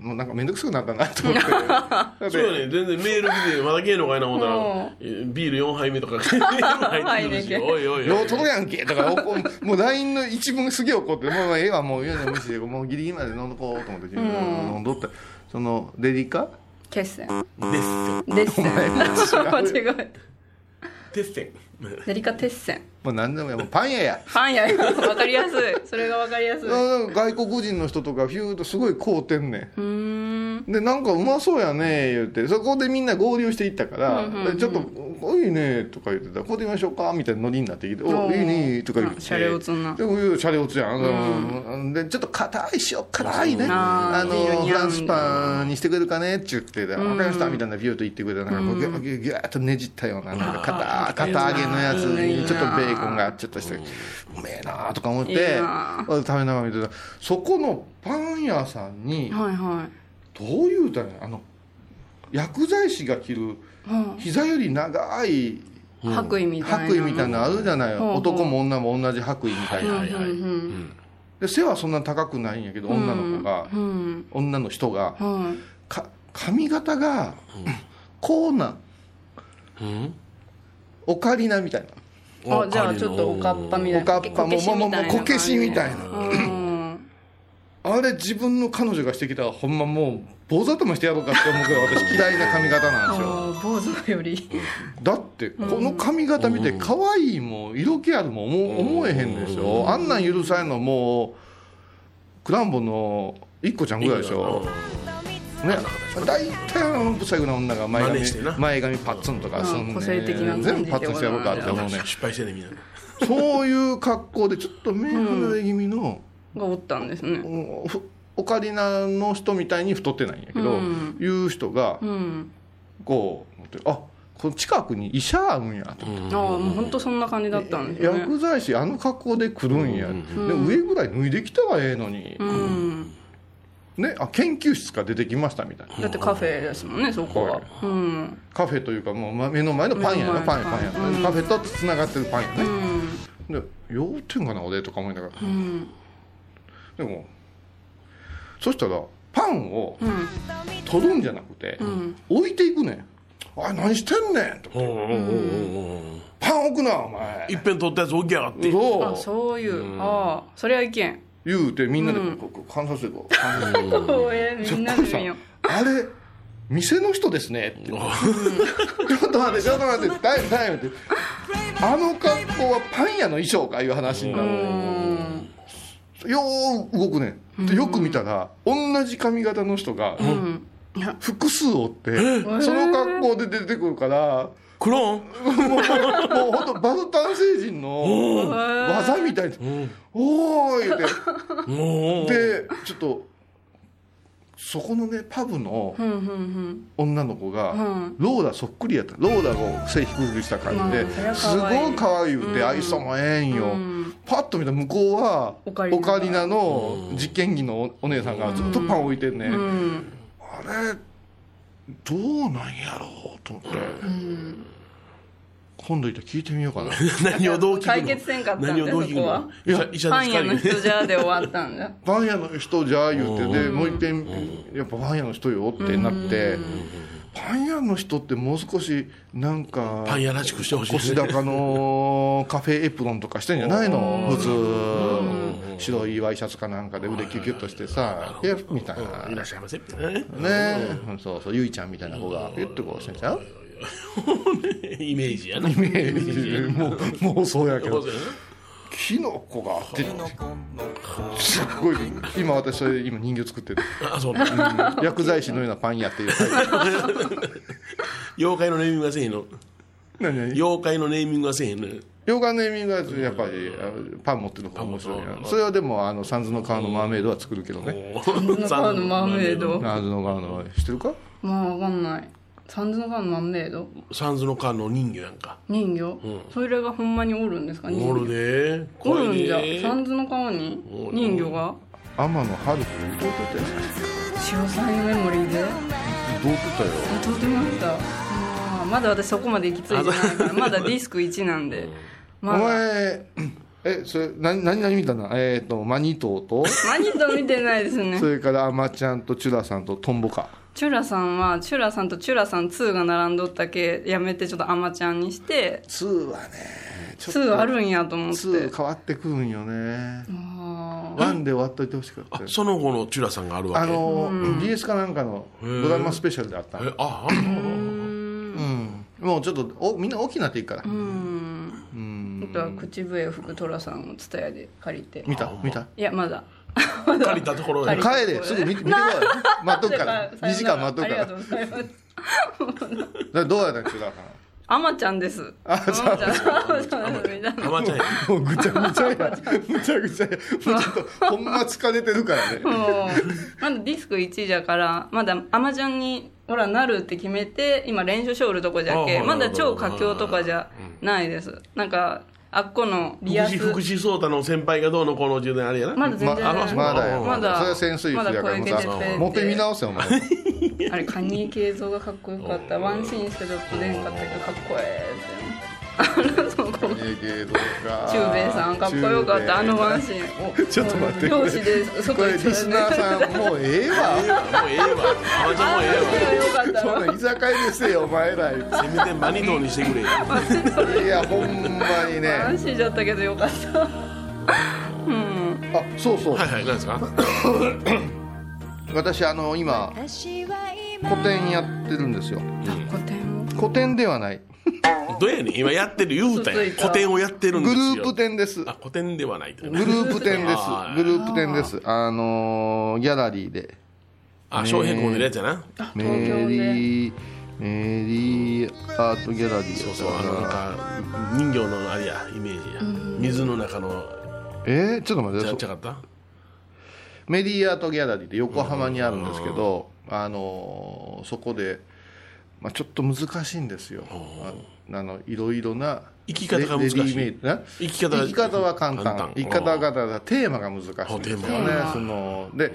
S3: もうなんか面倒くさくなったなと思ってだって
S4: そうやね全然メール来てまだ芸能がな思ったらえビール4杯目とか 入ってくるし
S2: はいね
S4: おいおい
S3: よ
S4: お
S3: う
S4: い
S3: 届やんけだから怒もう LINE の一文すげえ怒ってもうええわもう言うの無視でもうギリギリまで飲んどこうと思って自分で飲んどってそのデリカ
S2: 決戦
S4: ですよ
S2: デッセン 間違え
S4: てっせん
S2: たデリカ鉄線
S3: もう何でもやもうパン屋や
S2: パンやよわかりやすいそれがわかりやすい
S3: うん外国人の人とかヒューとすごい買うてんねんでなんかうまそうやね言ってそこでみんな合流していったから、でちょっとおいいね」とか言ってたら「ここで見ましょうか」みたいなノリになってきて「おいいねいいね」とか言って
S2: シャレオツな
S3: でもいうシャレオツやん、うんでちょっと硬い塩辛いねあの
S2: ビールに
S3: フ
S2: 合
S3: ラ
S2: うんだ
S3: ンスパンにしてくれるかねって言って「分かりました」みたいなビューと言ってくれたなんかこうギュギュギューッとねじったようななんか
S2: あー
S3: 硬
S2: わ
S3: い硬
S2: か
S3: 揚
S2: る
S3: げのやつ
S2: いい
S3: に
S2: な
S3: ちょっとベーコンがちょっとして「うめえな」とか思っ
S2: いい
S3: て
S2: な
S3: 食べながら見てたらそこのパン屋さんに
S2: はいは
S3: どういうたらいいのあの薬剤師が着る
S2: い、は
S3: 膝より長い
S2: あ白衣みたいな
S3: 白衣みたいなのあるじゃな
S2: ほ
S3: い
S2: うほう
S3: 男も女も同じ白衣みたいな、
S4: はいはい
S2: うんうん
S3: で背はそんな高くないんやけど女の子が、
S2: うん
S3: 女の人が
S2: は
S3: か髪型が、こうなん
S4: うん
S3: オカリナみたいな
S2: あじゃあちょっとおかっぱみたいな
S3: おかっぱも
S2: こけし
S3: もも
S2: み
S3: も
S2: たいな
S3: こけしみたいな、
S2: いうん
S3: あれ自分の彼女がしてきたらほんまもう坊主頭してやろうかって思うぐらい私嫌いな髪型なんですよ
S2: あー坊主より
S3: だってこの髪型見て可愛いも色気あるも思う思えへんでしょあんなん許されんのもうクランボの一個ちゃんぐらいでしょね大体あの不細工な女が前
S4: 真似してな
S3: 髪前髪パッツンとかすんね
S2: 個性的な感じで
S3: 全部パッツンしてやろうかって思うね
S4: 失敗してねみんな
S3: そういう格好でちょっと目離れ気味の、
S2: がおったんですね
S3: おふオカリナの人みたいに太ってないんやけど、
S2: うん
S3: いう人が
S2: うん
S3: こう持ってあこの近くに医者あるんやと思って
S2: ああもう本当そんな感じだったんですね
S3: 薬剤師あの格好で来るんや、で上ぐらい脱いできたらええのに、
S2: うん
S3: ね、あ研究室から出てきましたみたいな
S2: だってカフェですもんねそこはうん
S3: カフェというかもうま目の前のパン屋
S2: 目
S3: な
S2: の前の
S3: パン屋パン屋、
S2: うん
S3: カフェとつながってるパン屋
S2: う
S3: ね、
S2: ん
S3: で要点かな俺とか思いながら、
S2: うん
S3: でもそしたらパンを
S2: うん
S3: 取るんじゃなくて、
S2: ん
S3: 置いていくねんあ何してんねんと
S4: うんうんうんうんうん
S3: パン置くなお前
S4: いっぺん取ったやつ起きやがって
S2: あ
S3: そう
S2: そういう、ああそれはいけん
S3: 言うてみんなでこうこう観察してこう観察 して
S2: 応援みんなで見よう
S3: あれ店の人ですねってちょっと待ってちょっと待ってタイムタイムってあの格好はパン屋の衣装かいう話になるよう動くねんでよく見たら同じ髪型の人が
S2: うん
S3: 複数おってその格好で出てくるから
S4: クローン
S3: もうもうほんとバルタン星人の技みたいに「おーい!」って。
S4: う ん
S3: でちょっとそこのねパブの
S2: うんうん
S3: 女の子が、
S2: うん
S3: ローラそっくりやったローラを背低くした感じで、
S2: まあそりゃ
S3: す
S2: 可愛い
S3: ごい可愛いって、
S2: うん
S3: 愛想もええんよ、
S2: うん
S3: パッと見た向こうは
S2: オカリナ
S3: オカリナの実験着のおお姉さんがずっとパン置いてんね、
S2: うんうん
S3: あれどうなんやろうと思って、今度行ったら聞いてみようかな
S4: 何をどう聞くの
S2: 解決せんかったん
S4: 何を
S2: で
S4: どう聞
S2: そ
S4: く
S2: こ
S4: の
S2: は
S4: 医者医者
S2: パ
S4: の
S2: ン屋
S4: 光
S2: の
S4: にね
S2: 人じゃで終わったんだ
S3: パン屋の人じゃ言うてでもう一遍やっぱパン屋の人よってなってパン屋の人ってもう少しなんか
S4: パン屋らしくしてほしい
S3: 腰高のカフェエプロンとかしてんじゃないの普通白いワイシャツかなんかで腕キュキュッとしてさ「えみたいな
S4: うんいらっしゃいませね
S3: ねそうそうゆいちゃんみたいな子がピュッとこうしてんちゃう
S4: イメー ジやな
S3: もうもうそうやけ
S4: そう
S3: ど
S4: だよね
S3: キノコがあってすっごい今私それ今人形作って る
S4: あそうなの
S3: 薬剤師のようなパン屋っていう
S4: 妖怪のネーミングがせえへんの
S3: 何何
S4: 妖怪のネーミングがせえへんの
S3: 洋館の意味がやっぱりあのパン持ってる方が面白い
S4: パン持って
S3: な
S4: る
S3: それはでもあのサンズの川のマーメイドは作るけどね
S2: 中のマーメイド
S3: サンズの川の知ってるか
S2: まあわかんないサンズの川のマーメイド
S4: サンズの缶の人魚やんか
S2: 人魚、それがほんまにおるんですか人魚
S4: おるで
S2: お
S4: 怖
S2: る
S4: い
S2: んじゃ
S4: で
S2: サンズの川に人魚が
S3: 天野春子どう撮ったよ
S2: 潮騒のメモリーで
S3: どう撮ったよ
S2: 撮ってましたあーまだ私そこまで行き着いてないからまだディスク1なんでま
S3: お
S2: だ
S3: 前えそれ何何何見たなえっ、とマニトーと
S2: マニと見てないですね
S3: それからアマちゃんとチュラさんとトンボか
S2: チュラさんはチュラさんとチュラさん2が並んどったけやめてちょっとアマちゃんにして
S3: 2はね
S2: 2あるんやと思って
S3: 2変わってくるんよね
S2: あ
S3: 1で終わっといてほしかった
S4: あ
S3: よ
S4: その後のチュラさんがあるわ
S3: あ
S4: け
S3: の、BS かなんかのドラマスペシャルであった
S4: えああ
S3: うんもうちょっとおみんな大きくなっていくから、
S2: ーうんあとは口笛吹くトラさんを蔦屋で借りて
S3: 見た見た
S2: いやまだ
S4: 借りたところや
S2: 借り
S3: 帰れすぐ見て見てこい待っとくから2時間待っと
S2: あ
S3: く
S2: り
S3: から
S2: が
S3: だ
S2: と
S3: か
S2: うございます
S3: らどうやったん中田さん
S2: あまちゃんです。
S3: あ
S2: あまちゃん。あまちゃんですみたい
S4: ア
S2: な。
S4: マちゃんや。
S3: もうぐちゃぐちゃや。ぐちゃぐちゃや。もうちょっと、ほんま疲れてるからね。
S2: もうまだディスク1じゃから、まだアマちゃんに、ほら、なるって決めて、今練習しょるとこじゃっ
S4: あ
S2: け、
S4: あ
S2: まだ超佳境とかじゃないです。なんか、あっこのリアス。
S4: 福士福士蒼太の先輩がどうのこうの10年あれやな。
S2: まだ全然。
S3: ま
S4: あ
S3: まだや。
S4: ま
S2: だ
S3: それは潜水服やから、
S2: ま
S3: ま
S2: だ声出てて
S3: た、もう一回見直せ、お前。
S2: あれ、カニ系像がかっこよかった。ワンシーンしかちょっと出んかったけど、かっこええって。あの、そこ。
S3: ええけどか
S2: 中米さん、かっこよかった。あのワン
S3: シ
S2: シーン。
S3: ちょっと待って
S2: 教師で
S3: こ
S2: 外
S3: れ
S2: 行っ
S3: リ
S2: たら
S3: スナーさんもうええ
S4: ええ
S3: わ
S4: わもうええわ。アマちゃんもうええわ。
S2: よかった
S3: そんなん居酒屋でせえよお前ら言う
S4: せめてマニトーにしてくれよ。
S3: ていやほんまにね
S2: 安心しちゃったけどよかった。うん。
S3: あそうそう、
S4: はいはい、なんですか
S3: 私あの今古典やってるんですよ
S2: 古典を。
S3: 古典ではない
S4: どうやねん今やってる言うたやん
S2: 嘘ついた
S4: 古典をやって
S3: グ
S4: るんですよ。
S3: ループ展です
S4: あ、古典ではないという
S3: グ
S4: ね
S3: ループ展です
S4: あー
S3: グループ展ですあのーギャラリーで
S4: あ、小変更のやつやな。
S3: メ
S2: 東京で
S3: リーメリーアートギャラリー
S4: そう
S3: だ
S4: そう、あ
S3: か
S4: の、なん
S3: ら
S4: か、人形のあれや、イメージや。水の中の、
S3: えーちょっと待っ
S4: ち
S3: て
S4: ゃ
S3: そう
S4: ちゃかった
S3: メディアートギャラリーで横浜にあるんですけど、あのーそこで、まあ、ちょっと難しいんですよ、ああのいろいろな
S4: 生き方が難しい
S3: レレディメイドな
S4: 生き方が
S3: 生き方は簡単
S4: 簡単
S3: 生き方は簡単だテーマが難しいんですよね
S4: あテー
S3: そので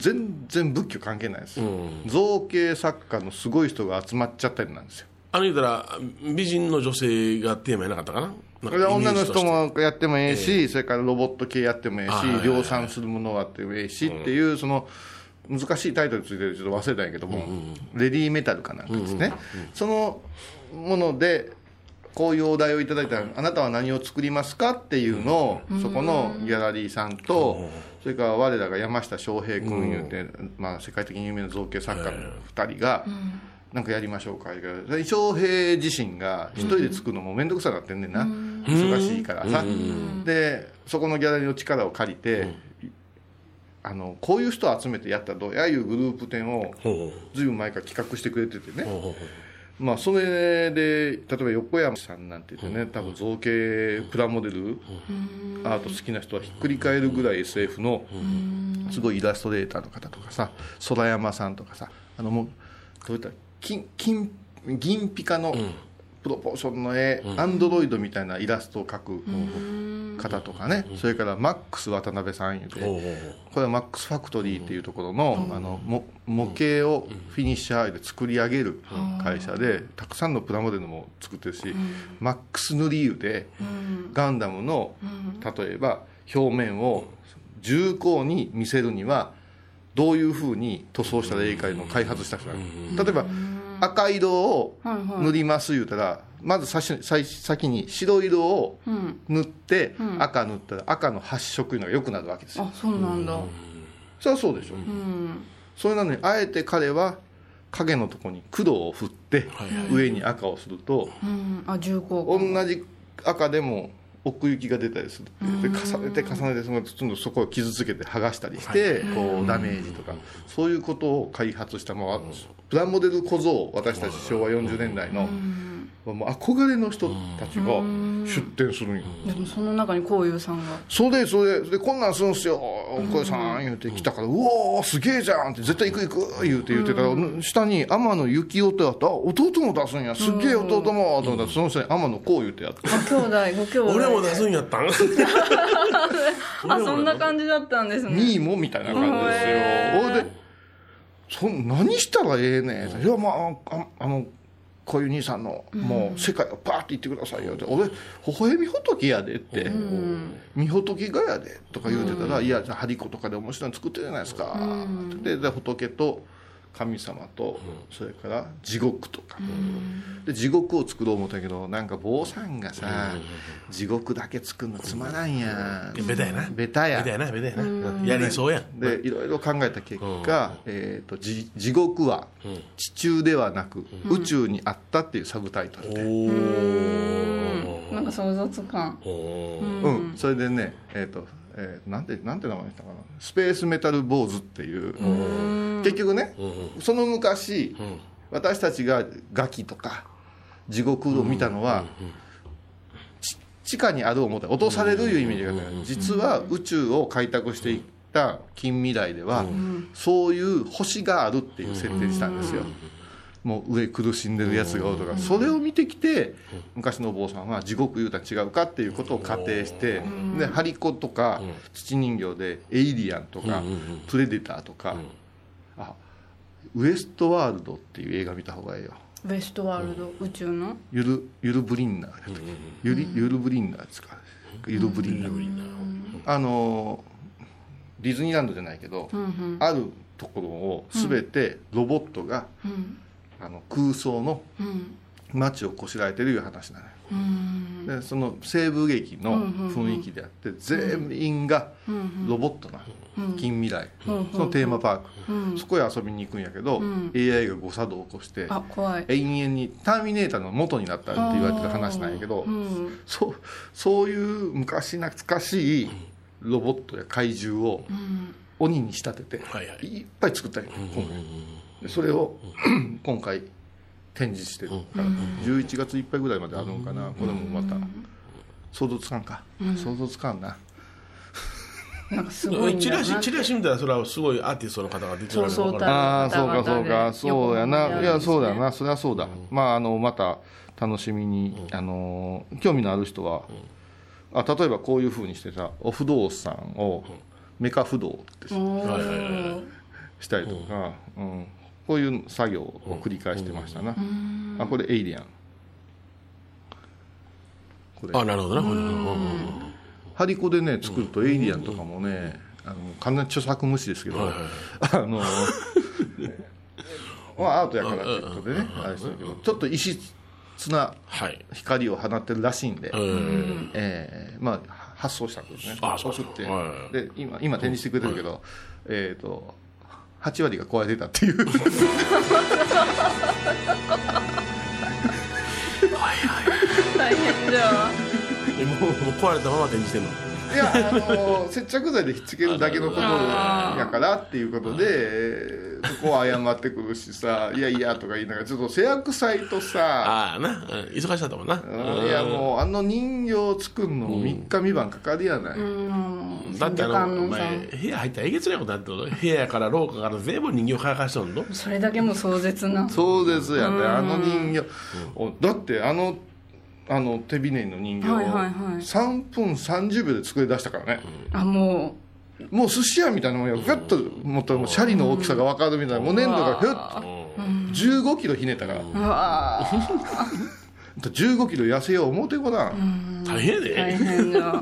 S3: 全然仏教関係ないです、
S4: ん
S3: 造形作家のすごい人が集まっちゃったりなんですよ
S4: あの言うたら、美人の女性がテーマやなかったかななんかイメ
S3: 女
S4: ー
S3: の
S4: ジ
S3: 人
S4: として
S3: もやってもええし、それからロボット系やってもええ
S4: あはいはいは
S3: し
S4: い
S3: 量産するものはあってもええし、っていうその難しいタイトルついてるちょっと忘れたんやけども、レディーメタルかなんかですね、そのものでこういうお題をいただいたらあなたは何を作りますかっていうのを、そこのギャラリーさんと、それから我らが山下翔平君いうて、まあ、世界的に有名な造形作家の2人が。なんかやりましょうか言うからで翔平自身が一人で作るのも面倒くさなってんねんな、忙しいからさ、でそこのギャラリーの力を借りて、あのこういう人を集めてやったらどうやいうグループ展を
S4: ほ
S3: ずいぶん前から企画してくれててね、
S4: うほうほうほ
S3: まあ、それで例えば横山さんなんて言ってね多分造形プラモデルアート好きな人はひっくり返るぐらい SF のすごいイラストレーターの方とかさ空山さんとかさあのもうどういったら金金銀ピカのプロポーションの絵、アンドロイドみたいなイラストを描く方とかね、それからマックス渡辺さんいうて、
S4: うほうほうほう
S3: これはマックスファクトリーっていうところの,、あのも模型をフィニッシャーで作り上げる会社で、たくさんのプラモデルも作ってるし、マックス塗り油でガンダムの、例えば表面を重厚に見せるにはどういうふうに塗装したらいいかいうのを開発した人なの例えば赤色を塗ります言うたらまず最初に最先に白色を
S2: うん。
S3: 塗って赤塗ったら赤の発色いうのが良くなるわけですよ
S2: あ、そうなんだ。
S3: それはそうでしょ、
S2: うん。
S3: それなのにあえて彼は影のとこに黒を振って
S4: はいは
S3: 上に赤をすると
S2: うん。あ、重厚
S3: 同
S2: 感。
S3: じ赤でも奥行きが出たりするで重ねて重ねてそのどんどんそこを傷つけて剥がしたりしてこうダメージとかそういうことを開発したまあプラモデル小僧を私たち昭和40年代のもう憧れの人たちが出展するんよ
S2: でもその中にこういうさんが。
S3: それでそれででこんなんするんすよお小さん言うて来たから「うおーすげえじゃん」って「絶対行く行く」言うて言うてたら、下に天野幸男ってあったあ弟も出すんやすっげえ弟もと思ったらその下に天野こう言うてやって
S2: あ、兄弟、ご兄弟。
S4: 俺も出すんやったん
S2: あ、そんな感じだったんです
S3: 2位
S2: ね。
S3: もみたいな感じですよほいでそん何したらええねんいやまあああのこういう兄さんのもう世界をパーって言ってくださいよって、俺微笑み仏やでって、みほとけがやでとか言うてたら、いやじゃあハリコとかで面白いの作ってるじゃないですか、でで仏と神様と、それから地獄とか、で地獄を作ろう思ったけどなんか坊さんがさ、地獄だけ作るのつまらんやん、
S4: ベタやな。
S3: ベタや
S4: ベタやな、ベタやな。うんやりそうやん。
S3: でいろいろ考えた結果、えー、とじ地獄は地中ではなく、宇宙にあったっていうサブタイトルで、うん
S2: うん。なんか想像つかん。
S3: それでね、えーとえーなんてなんて名前にしたかなスペースメタル坊主っていう結局ね、その昔、私たちがガキとか地獄を見たのは、ち地下にある思って落とされるいう意味で言うから実は宇宙を開拓していった近未来では、そういう星があるっていう設定にしたんですよ。もう上苦しんでるやつがおるとか、それを見てきて、昔のお坊さんは地獄言うたら違うかっていうことを仮定して、で、ハリコとか、土人形で、エイリアンとか、プレデターとか、あ、ウエストワールドっていう映画見た方がいいよ。
S2: ウエストワールド、宇宙の
S3: ゆる、ゆるブリンナーだったっけゆり、ゆるブリンナーですか。ゆるブリンナー。あのー、ディズニーランドじゃないけど、あるところを全てロボットが、あの空想の街をこしらえてるいう話なのよでその西部劇の雰囲気であって全員がロボットなの近未来そのテーマパークそこへ遊びに行くんやけど AI が誤作動を起こして
S2: あ怖い
S3: 永遠にターミネーターの元になったって言われてる話なんやけど
S2: うん
S3: そうそういう昔懐かしいロボットや怪獣を
S2: うん
S3: 鬼に仕立てて
S4: はいはい
S3: いっぱい作ったんや今回でそれを今回展示してるから11月いっぱいぐらいまであるのかなこれもまた想像つかんか想像つかんな
S2: なんかすごいん
S4: チ
S2: だよ
S4: ラ
S2: な
S4: シチラシ見たらそれはすごいアーティストの方が出てる
S2: そうそう
S4: だ
S3: ああ
S2: あ
S3: そう
S2: ー
S3: かそうかそうや
S2: 横
S3: な
S2: に
S3: い
S2: あるん
S3: や
S2: ですね
S3: そうだよなそれはそうだまああのまた楽しみにあの興味のある人はあ例えばこういうふうにしてさお不動産をメカ不動って
S2: おー
S4: はいはいはいは
S3: したりとか、うんこういう作業を繰り返してましたな、あこれエイリアンこれ
S4: あなるほどなこれうん
S3: ハリコでね作るとエイリアンとかもね、あの完全に著作無視ですけど、あのまあアートやからっていうことでねあれですけどちょっと異質な
S4: はい
S3: 光を放ってるらしいんで、
S4: え
S3: えーまあ発送したんですね
S4: あ
S3: 送って、
S4: そうなんだ
S3: で今今展示してくれてるけど、えっ、と8割が壊れてたっていう
S2: 大変じゃあ
S4: えもうもう壊れたまま展示してんの
S3: いや、あの接着剤でひっつけるだけのことやからっていうことで、えーそこは謝ってくるしさ、いやいやとか言いながら、ちょっと製薬祭とさ、
S4: ああなうん忙しかったもんな
S3: うんいやもう、あの人形作るの3日、三晩かかるやない。
S2: うん
S4: だってあ
S2: 時間
S4: のお
S2: さ
S4: 前部屋入ったらえげつないことになってるぞ部屋から廊下から全部人形乾かしとんの
S2: それだけも壮絶な
S3: そうですやね、あの人形、おだってあの、あの手びねりの人形を
S2: はいはいはい
S3: 3分30秒で作り出したからね、
S2: あも
S3: もう寿司屋みたいなもんや、ガッと持ったらもうシャリの大きさが分かるみたいな、もう粘土がひょっと15キロひねったから。
S2: ううわー
S3: 15キロ痩せよう思うてこな、
S4: 大変やで、
S2: 大変じゃ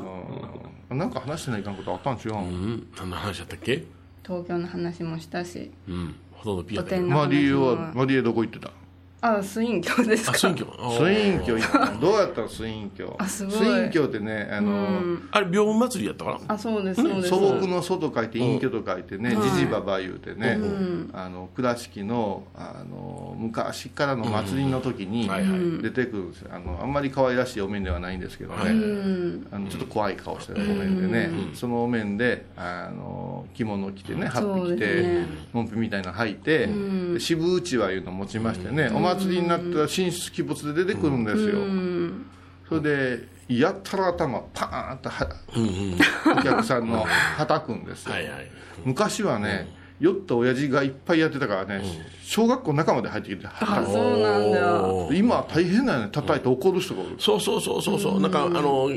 S2: あ
S3: なんか話してないかんことあったんちゅう、
S4: うん何の話だったっけ
S2: 東京の話もしたし
S4: うんほとんどピア
S2: 露
S4: だよ
S2: 店の話も
S3: マリエはマリエどこ行ってた
S2: あスイン教です
S4: あ
S2: か
S4: 選挙
S3: 水印鏡行ったどうやったの水印鏡
S2: あすごい
S3: 水印鏡ってねあの
S4: あれ病院祭りやったかな
S2: あそうですそうです
S3: 素朴の「素」と書いて「隠居」と書いてね「じじばば」言うてねあの倉敷のあの昔からの祭りの時に
S4: はいはい
S3: 出てくるんですよあのあんまり可愛らしいお面ではないんですけど
S4: はいはい
S3: ねあのちょっと怖い顔してるお面でね、そのお面であの着物着てねハッピ着
S2: そうで
S3: て
S2: すね
S3: もんぴみたいなの履いて、で渋うちわいうの持ちましてね、お祭りになったら神出鬼没で出てくるんですよ、それでやったら頭パーンとはお客さんのはたくんですよ、
S4: はいはい
S3: 昔はね、酔った親父がいっぱいやってたからね、小学校の中まで入ってきて
S2: あ
S3: は
S2: そうなんだ
S4: お
S3: たく今は大変だよね叩いて怒る人がおる、
S4: そうそうそうそうそうなんかあの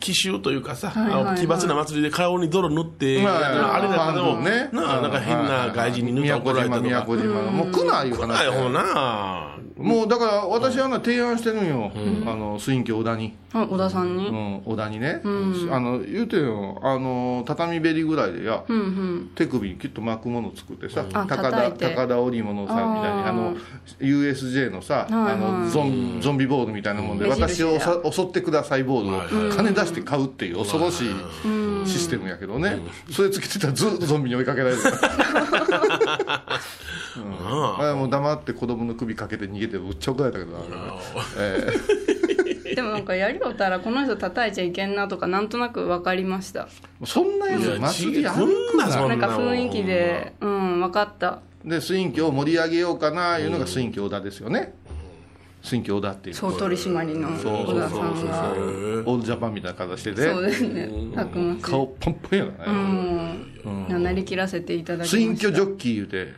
S4: 奇襲というかさ、
S2: いはいはい
S4: あの奇抜な祭りで顔に泥塗って、
S3: ま
S4: あ、れだけで
S3: ファンの
S4: も
S3: ね
S4: なあなんか変な外人に塗ったら怒られたとか
S3: 宮古島宮古島のもう来ないよ話
S4: あほな
S3: もうだから私はな提案してるんよ、あの水印小田に、
S2: あ小田さん
S3: う
S2: に
S3: ん、小田にね、あの言うてよあの畳べりぐらいでや、
S2: うんうん
S3: 手首にキュッと巻くもの作ってさ、
S2: あ
S3: 高
S2: 叩
S3: 田
S2: いて
S3: 高田織物さんみたいに
S2: あ
S3: あ
S2: ー
S3: の USJ のさ、
S2: はい
S3: あのゾンゾンビボールみたいなもんで、
S2: 目印
S3: 私
S2: だ
S3: を襲襲ってくださいボ
S4: はい
S3: ール
S4: は
S3: を金出して買うっていう恐ろしいシステムやけどね、それつけてたらずっとゾンビに追いかけら れる
S4: あ
S3: あれもう黙って子供の首かけて逃げてぶっちゃ怒られたけどな、ええ
S2: でもなんかやりよったらこの人叩いちゃいけんなとかなんとなく分かりました
S3: そんなやつ祭りある
S4: いや違うそん
S2: な
S4: なん
S2: か雰囲気でうん分かった
S3: で水印鏡を盛り上げようかないうのが水印鏡だですよね、新居小田っていう
S2: そう取締りの
S3: そう
S2: 小田さんが
S3: そうオールジャパンみたいな形して
S2: そう
S3: て
S2: ですねたくましい
S3: 顔パンパンやから
S2: う
S3: ね、
S2: んなりきらせていただきました
S3: 新居ジョッキー言うて、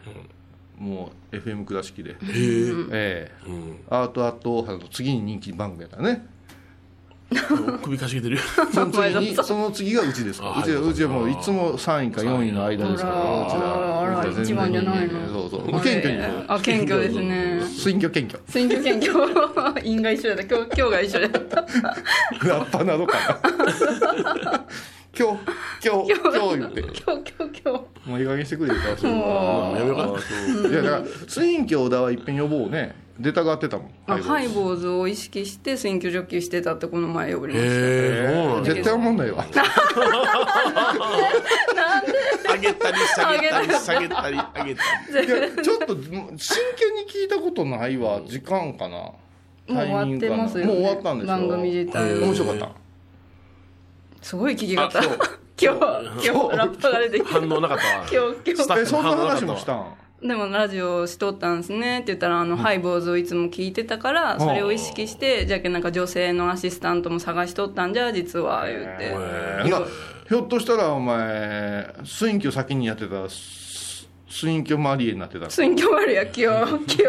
S3: もう FM 倉敷で、
S4: えー
S3: ええ
S4: うん
S3: アートアート大原の次に人気番組やからね
S4: 首かし げてる
S3: その次にその次がうちですから
S4: あ
S3: うちは
S4: はい
S3: い、うちはもういつも3位か4位の間ですから
S2: あら
S3: うちは
S2: あら
S3: うちは
S2: 一
S3: 全然
S2: 番じゃないの
S3: そうそうもう謙虚に
S2: あれあ謙虚ですね
S3: 選挙謙虚
S2: 選挙選 挙因が一緒だった今日今日が一緒だった
S3: ラッパな のかな今日 今日今日言って
S2: 今日今日今日
S3: もういい加減にしてくれるからそういうのは
S4: もうやめようか
S3: あそういやだから選挙小田はいっぺん呼ぼうね出たがってたもん
S2: あハイ
S3: い
S2: ボーズを意識して選挙ジョッキーしてたってこの前呼ばれました、
S4: えー、そうなんだ
S3: 絶対思んないわ
S4: 上げたり下げたり下げたり上げたり
S3: いやちょっと真剣に聞いたことないわ時間かな
S2: もう終わってますよ、ね、
S3: もう終わったんですよ
S2: 番組自体
S3: 面白かった
S2: すごい聞き方今
S4: あそう
S2: 日 今日ラッパが出てきた
S4: 反応なかったわ
S2: 今日今
S4: スタッ
S3: えそんな話もしたん
S2: 日でもラジオしとったんですねって言ったらあの、ハイボーズをいつも聞いてたからそれを意識してじゃあけなんか女性のアシスタントも探しとったんじゃ実は言うて
S3: ほなひょっとしたらお前水挙先にやってた水挙マリエになってた
S2: 選挙悪や今 日今日今日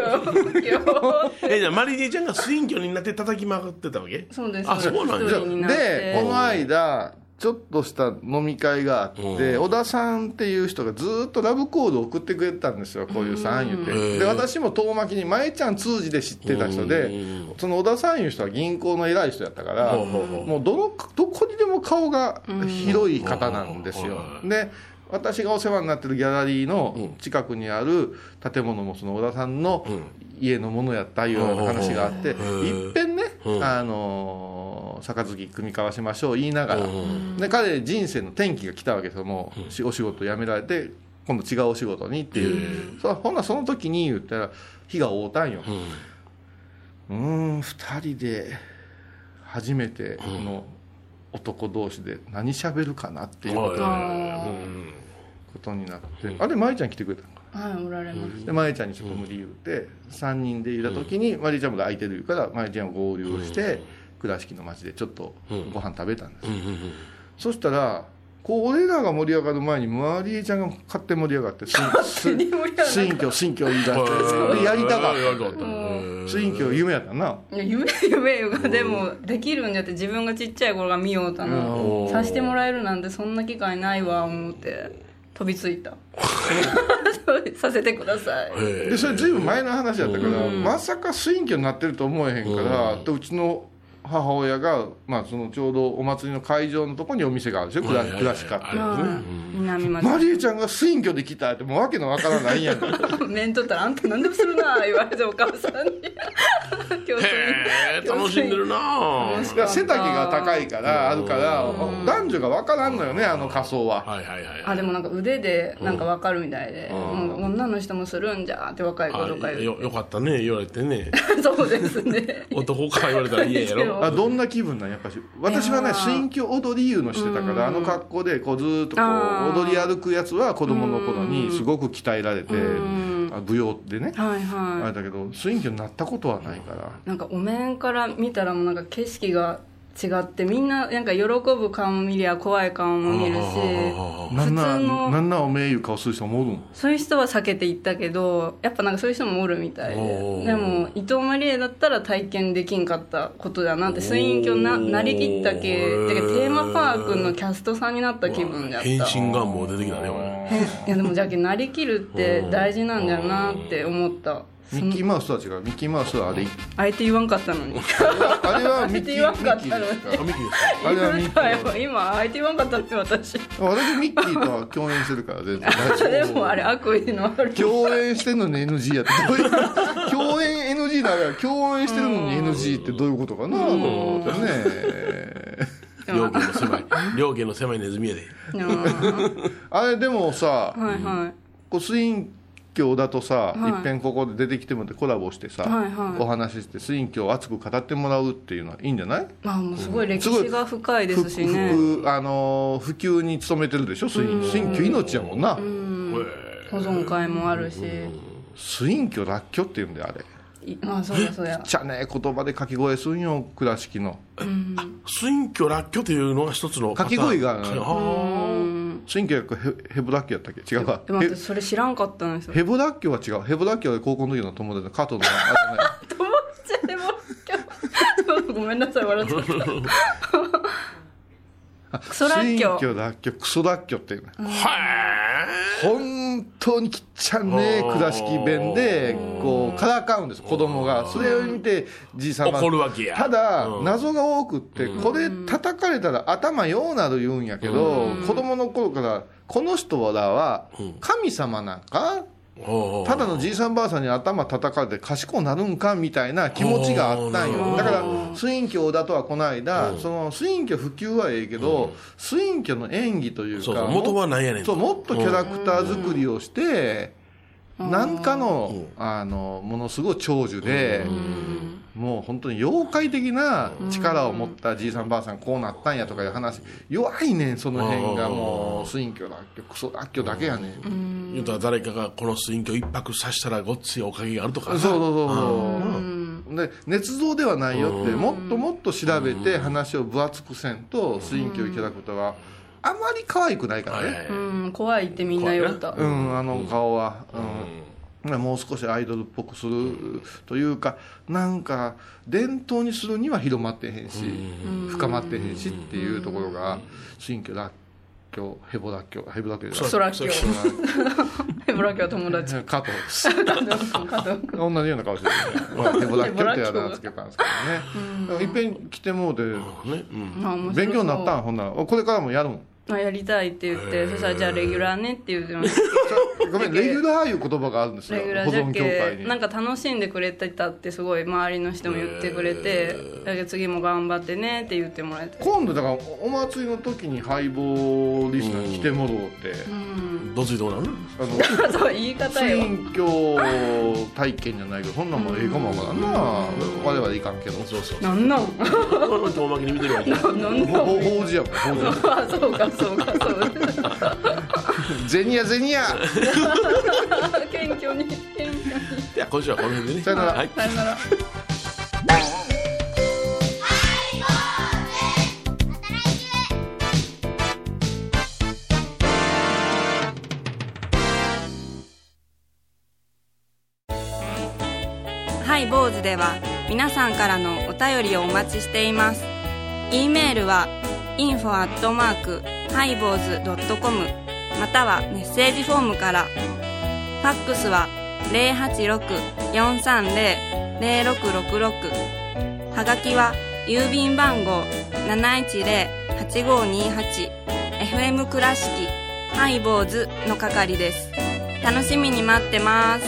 S4: えじゃあマリリーちゃんがスインになって叩きまくってたわけ
S2: そうです
S4: あそうなん
S2: 一
S4: や
S2: 人になって
S3: でこの間ちょっとした飲み会があって、
S4: うん
S3: 小田さんっていう人がずーっとラブコードを送ってくれてたんですよこういうさん言って、
S4: うん
S3: で私も遠巻きに舞ちゃん通じで知ってた人で、
S4: うん
S3: その小田さんいう人は銀行の偉い人やったから、
S4: ほうほうほう
S3: もうどのどこにでも顔が広い方なんですよ、
S4: うん
S3: で私がお世話になってるギャラリーの近くにある建物もその小田さんの
S4: うん
S3: 家のものやったいうような話があって、
S4: うん
S3: いっぺんね、
S4: うん
S3: あのー杯組み交わしましょう言いながら、
S4: うん
S3: で彼人生の転機が来たわけですよもうしお仕事辞められて今度違うお仕事にっていう、そうほんならその時に言ったら火が合うたんよ、
S4: うん
S3: うーん2人で初めての男同士で何しゃべるかなっていうこ
S2: あ
S3: とになって、あれ舞ちゃん来てくれたのか
S2: はいおられます
S3: で舞ちゃんにちょっと無理言うて、三3人でいた時に舞ちゃんも空いてるから舞ちゃんを合流して、倉敷の町でちょっとご飯食べたんです、
S4: うんうんうん
S3: そしたらこう俺らが盛り上がる前にマリエちゃんが勝手に盛り上がって 新
S2: に盛り上がった
S3: 居新居言い出
S4: う
S3: し
S4: ん
S3: てでやりたかっ
S4: やりたかったたうん
S3: 新居夢やったない
S2: や夢 夢よでもできるんじゃって自分がちっちゃい頃が見ようた
S4: う
S2: の
S4: ん
S2: さしてもらえるなんてそんな機会ないわ思って飛びついた させてください
S4: えー
S3: でそれずいぶん前の話やったから、まさか水挙になってると思えへんから、でうちの母親が、まあ、そのちょうどお祭りの会場のとこにお店があるでしょ倉倉敷かって、
S2: うん南町
S3: マリエちゃんが水挙で来たってもうわけのわからないん やんか
S2: 面取ったら「あんた何でもするな」言われてお母さんに教室
S4: へえ楽しんでるなは
S2: 楽
S4: い
S2: し
S3: 背丈が高いからあるから男女がわからんのよねあの仮装は。
S4: はいはい
S2: あでもなんか腕でなんかわかるみたいで、うん女の人もするんじゃって若い子とか
S4: あ
S2: 言う
S4: よよかったね言われてね
S2: そうですね
S4: 男か言われたら嫌やろ
S3: あどんな気分なんやっぱし私はね新居踊りいうのしてたからあの格好でこうずーっとこ
S2: あー
S3: う踊り歩くやつは子供の頃にすごく鍛えられてあ舞踊でね
S2: はい
S3: あ
S2: は
S3: れだけど新居になったことはないから
S2: いなんかお面から見たらもうなんか景色が違ってみんななんか喜ぶ顔も見りゃ怖い顔も見るし
S3: なんな
S2: 普通の
S3: なんなおめえいう顔する人もおるん
S2: そういう人は避けていったけどやっぱなんかそういう人もおるみたい
S4: お
S2: で
S4: ー
S2: でも伊藤マリエだったら体験できんかったことだなって水飲居ななりきった
S4: へ
S2: け
S4: ー
S2: てかテーマパークのキャストさんになった気分じゃった
S4: 変身願望出てきたねこれ
S2: いやでもじゃあけなりきるって大事なんだよなって思ったそ
S3: ミ
S2: の
S3: ッキーマウスとは違うミッキーマウスはあれ
S2: あえて言わんかったのに
S3: あれはミッキー
S2: 言わんかったのに
S3: ミッキーです
S4: 神木です
S3: からあれはミッ キー
S2: 今あえて言わんかったって私
S3: 私ミッキーとは共演してるから全然大丈夫
S2: でもあれ悪意のあ る
S3: 共演してんのに NG やってどういう共演 NG だから共演してるのに NG ってどういうことかなと思っ
S2: う
S3: てね
S2: ん
S4: 両家の狭い両家の狭いネズミやで
S2: なは
S3: あれでもさ
S2: いはい
S3: こう水印教だとさ、
S2: はい
S3: いっぺんここで出てきてもらってコラボしてさ、
S2: はいはい
S3: お話しして水印教を熱く語ってもらうっていうのはいいんじゃない
S2: まあもうすごい歴史が深いで
S3: ふ
S2: すしね
S3: ふあのー普及に努めてるでしょ水水印教命やもんな
S4: へ
S2: 保存会もあるし
S3: 水印教らっきょって言うんだよあれ
S2: いまあそうや そうや
S3: ちゃね言葉で掛け声すんよ倉敷の
S4: スインキョラッキョというのが一つの
S3: 掛け声がある
S4: パターンあ
S3: 1900ヘヘブラッキョやったっけ違うか
S2: え待ってそれ知らんかったんですよ
S3: ヘブラッキョは違うヘブラッキョは高校の時の友達の加藤のあのね
S2: 友達でも今日ごめんなさい笑っちゃ ったクソラッキョ
S3: 新居ラッキョクソラッキョっていうね
S4: ーは
S3: 本当にきっちゃんね
S4: あー
S3: 倉敷弁でこうからかうんです子供がそれを見てじいさんは
S4: 怒るわけや
S3: ただ
S4: うん
S3: 謎が多くってこれ叩かれたら頭ようなる言うんやけど子供の頃からこの人らは神様なんか
S4: いほう
S3: ただのじいさんばあさんに頭叩かれて賢くなるんかみたいな気持ちがあったん
S4: お
S3: よ
S4: ー
S3: だからスイン教だとはこの間そのスイン教普及はええけどスイン教の演技というか
S4: そうそう元は何やねん
S3: そうもっとキャラ
S4: ク
S3: クター作りをして、なんかの,、あのものすごい長寿で、もう本当に妖怪的な力を持ったじいさんばあさんこうなったんやとかいう話弱いねんその辺が
S4: うん
S3: もう水魚だっけクソだっけだけやねん、
S4: 言うたら誰かがこのスインキョ一泊さしたらごっついおかげがあるとか
S3: そう
S4: な
S3: そうそうそうで捏造ではないよってもっともっと調べて話を分厚くせんと水魚キャラクターはあまり可愛くないから
S4: は
S3: ね、
S4: い
S2: うん怖いってみんな言うた
S3: うん、あの顔は、うんもう少しアイドルっぽくするというかなんか伝統にするには広まってへんし、深まってへんしっていうところが新居らっきょヘボらっきょヘボらっきょ
S2: クソラッキョ ヘブラッキョは友 達
S3: 加藤です
S2: 加藤君加藤君
S3: 同じような顔して る、ね、ヘボらっきょってあだ名つけたんですけどねいっぺん来てもうて
S4: ねうん
S2: あ面白そう
S3: 勉強になったんほんならこれからもやるもん
S2: あやりたいって言ってそしたらじゃあレギュラーねって言ってました
S3: ご めんレギュラーいう言葉があるんですよ
S2: レギュラ
S3: 保
S2: ーじゃ
S3: 存協会
S2: け
S3: に
S2: なんか楽しんでくれてたってすごい周りの人も言ってくれて「だけど次も頑張ってね」って言ってもらえて
S3: 今度だからお祭りの時にハイボーリスナーに来てもろうって、
S4: どついてもらうな
S3: あ の
S2: そう言い方よ
S3: 選挙体験じゃないけどそんなんもええかもわからんな、我々いかん けど
S4: そうそう
S2: なんなん
S4: 俺も遠巻きに見てるわ け
S2: なんな
S3: ほ
S2: ん
S3: ほ法事やもん法事やも ん
S2: あそうかそうかそう か
S3: 銭や銭や
S2: 謙虚に謙虚に
S4: では今週はこの辺でね
S3: さよなら
S4: はい
S2: さよならハイボーズでは皆さんからのお便りをお待ちしています。e メールは info アットマークハイボーズドットコムまたはメッセージフォームから。ファックスは086-430-0666はがきは郵便番号710-8528 FM 倉敷ハイボーズの係です。楽しみに待ってます。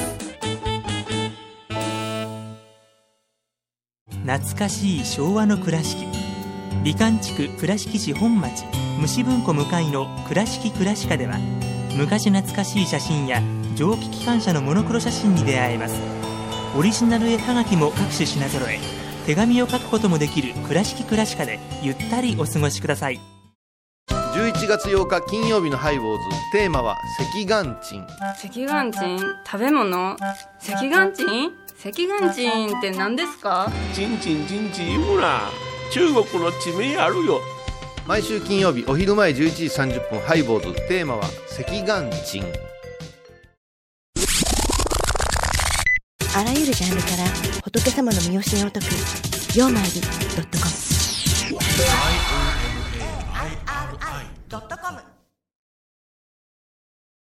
S6: 懐かしい昭和の倉敷美観地区倉敷市本町虫文庫向かいの「倉敷倉歯科」では昔懐かしい写真や蒸気機関車のモノクロ写真に出会えますオリジナル絵はがきも各種品揃え手紙を書くこともできる「倉敷倉歯科」でゆったりお過ごしください
S3: 11月8日金曜日のハイボーズテーマは赤眼鎮
S2: 赤眼鎮食べ物赤眼鎮赤眼鎮って何ですか
S4: チンチンチンチン言うな中国の地名あるよ
S3: 毎週金曜日お昼前11時30分ハイボーズテーマは赤眼鎮
S7: あらゆるジャンルから仏様の身教えを解く「曜マイルドットコム」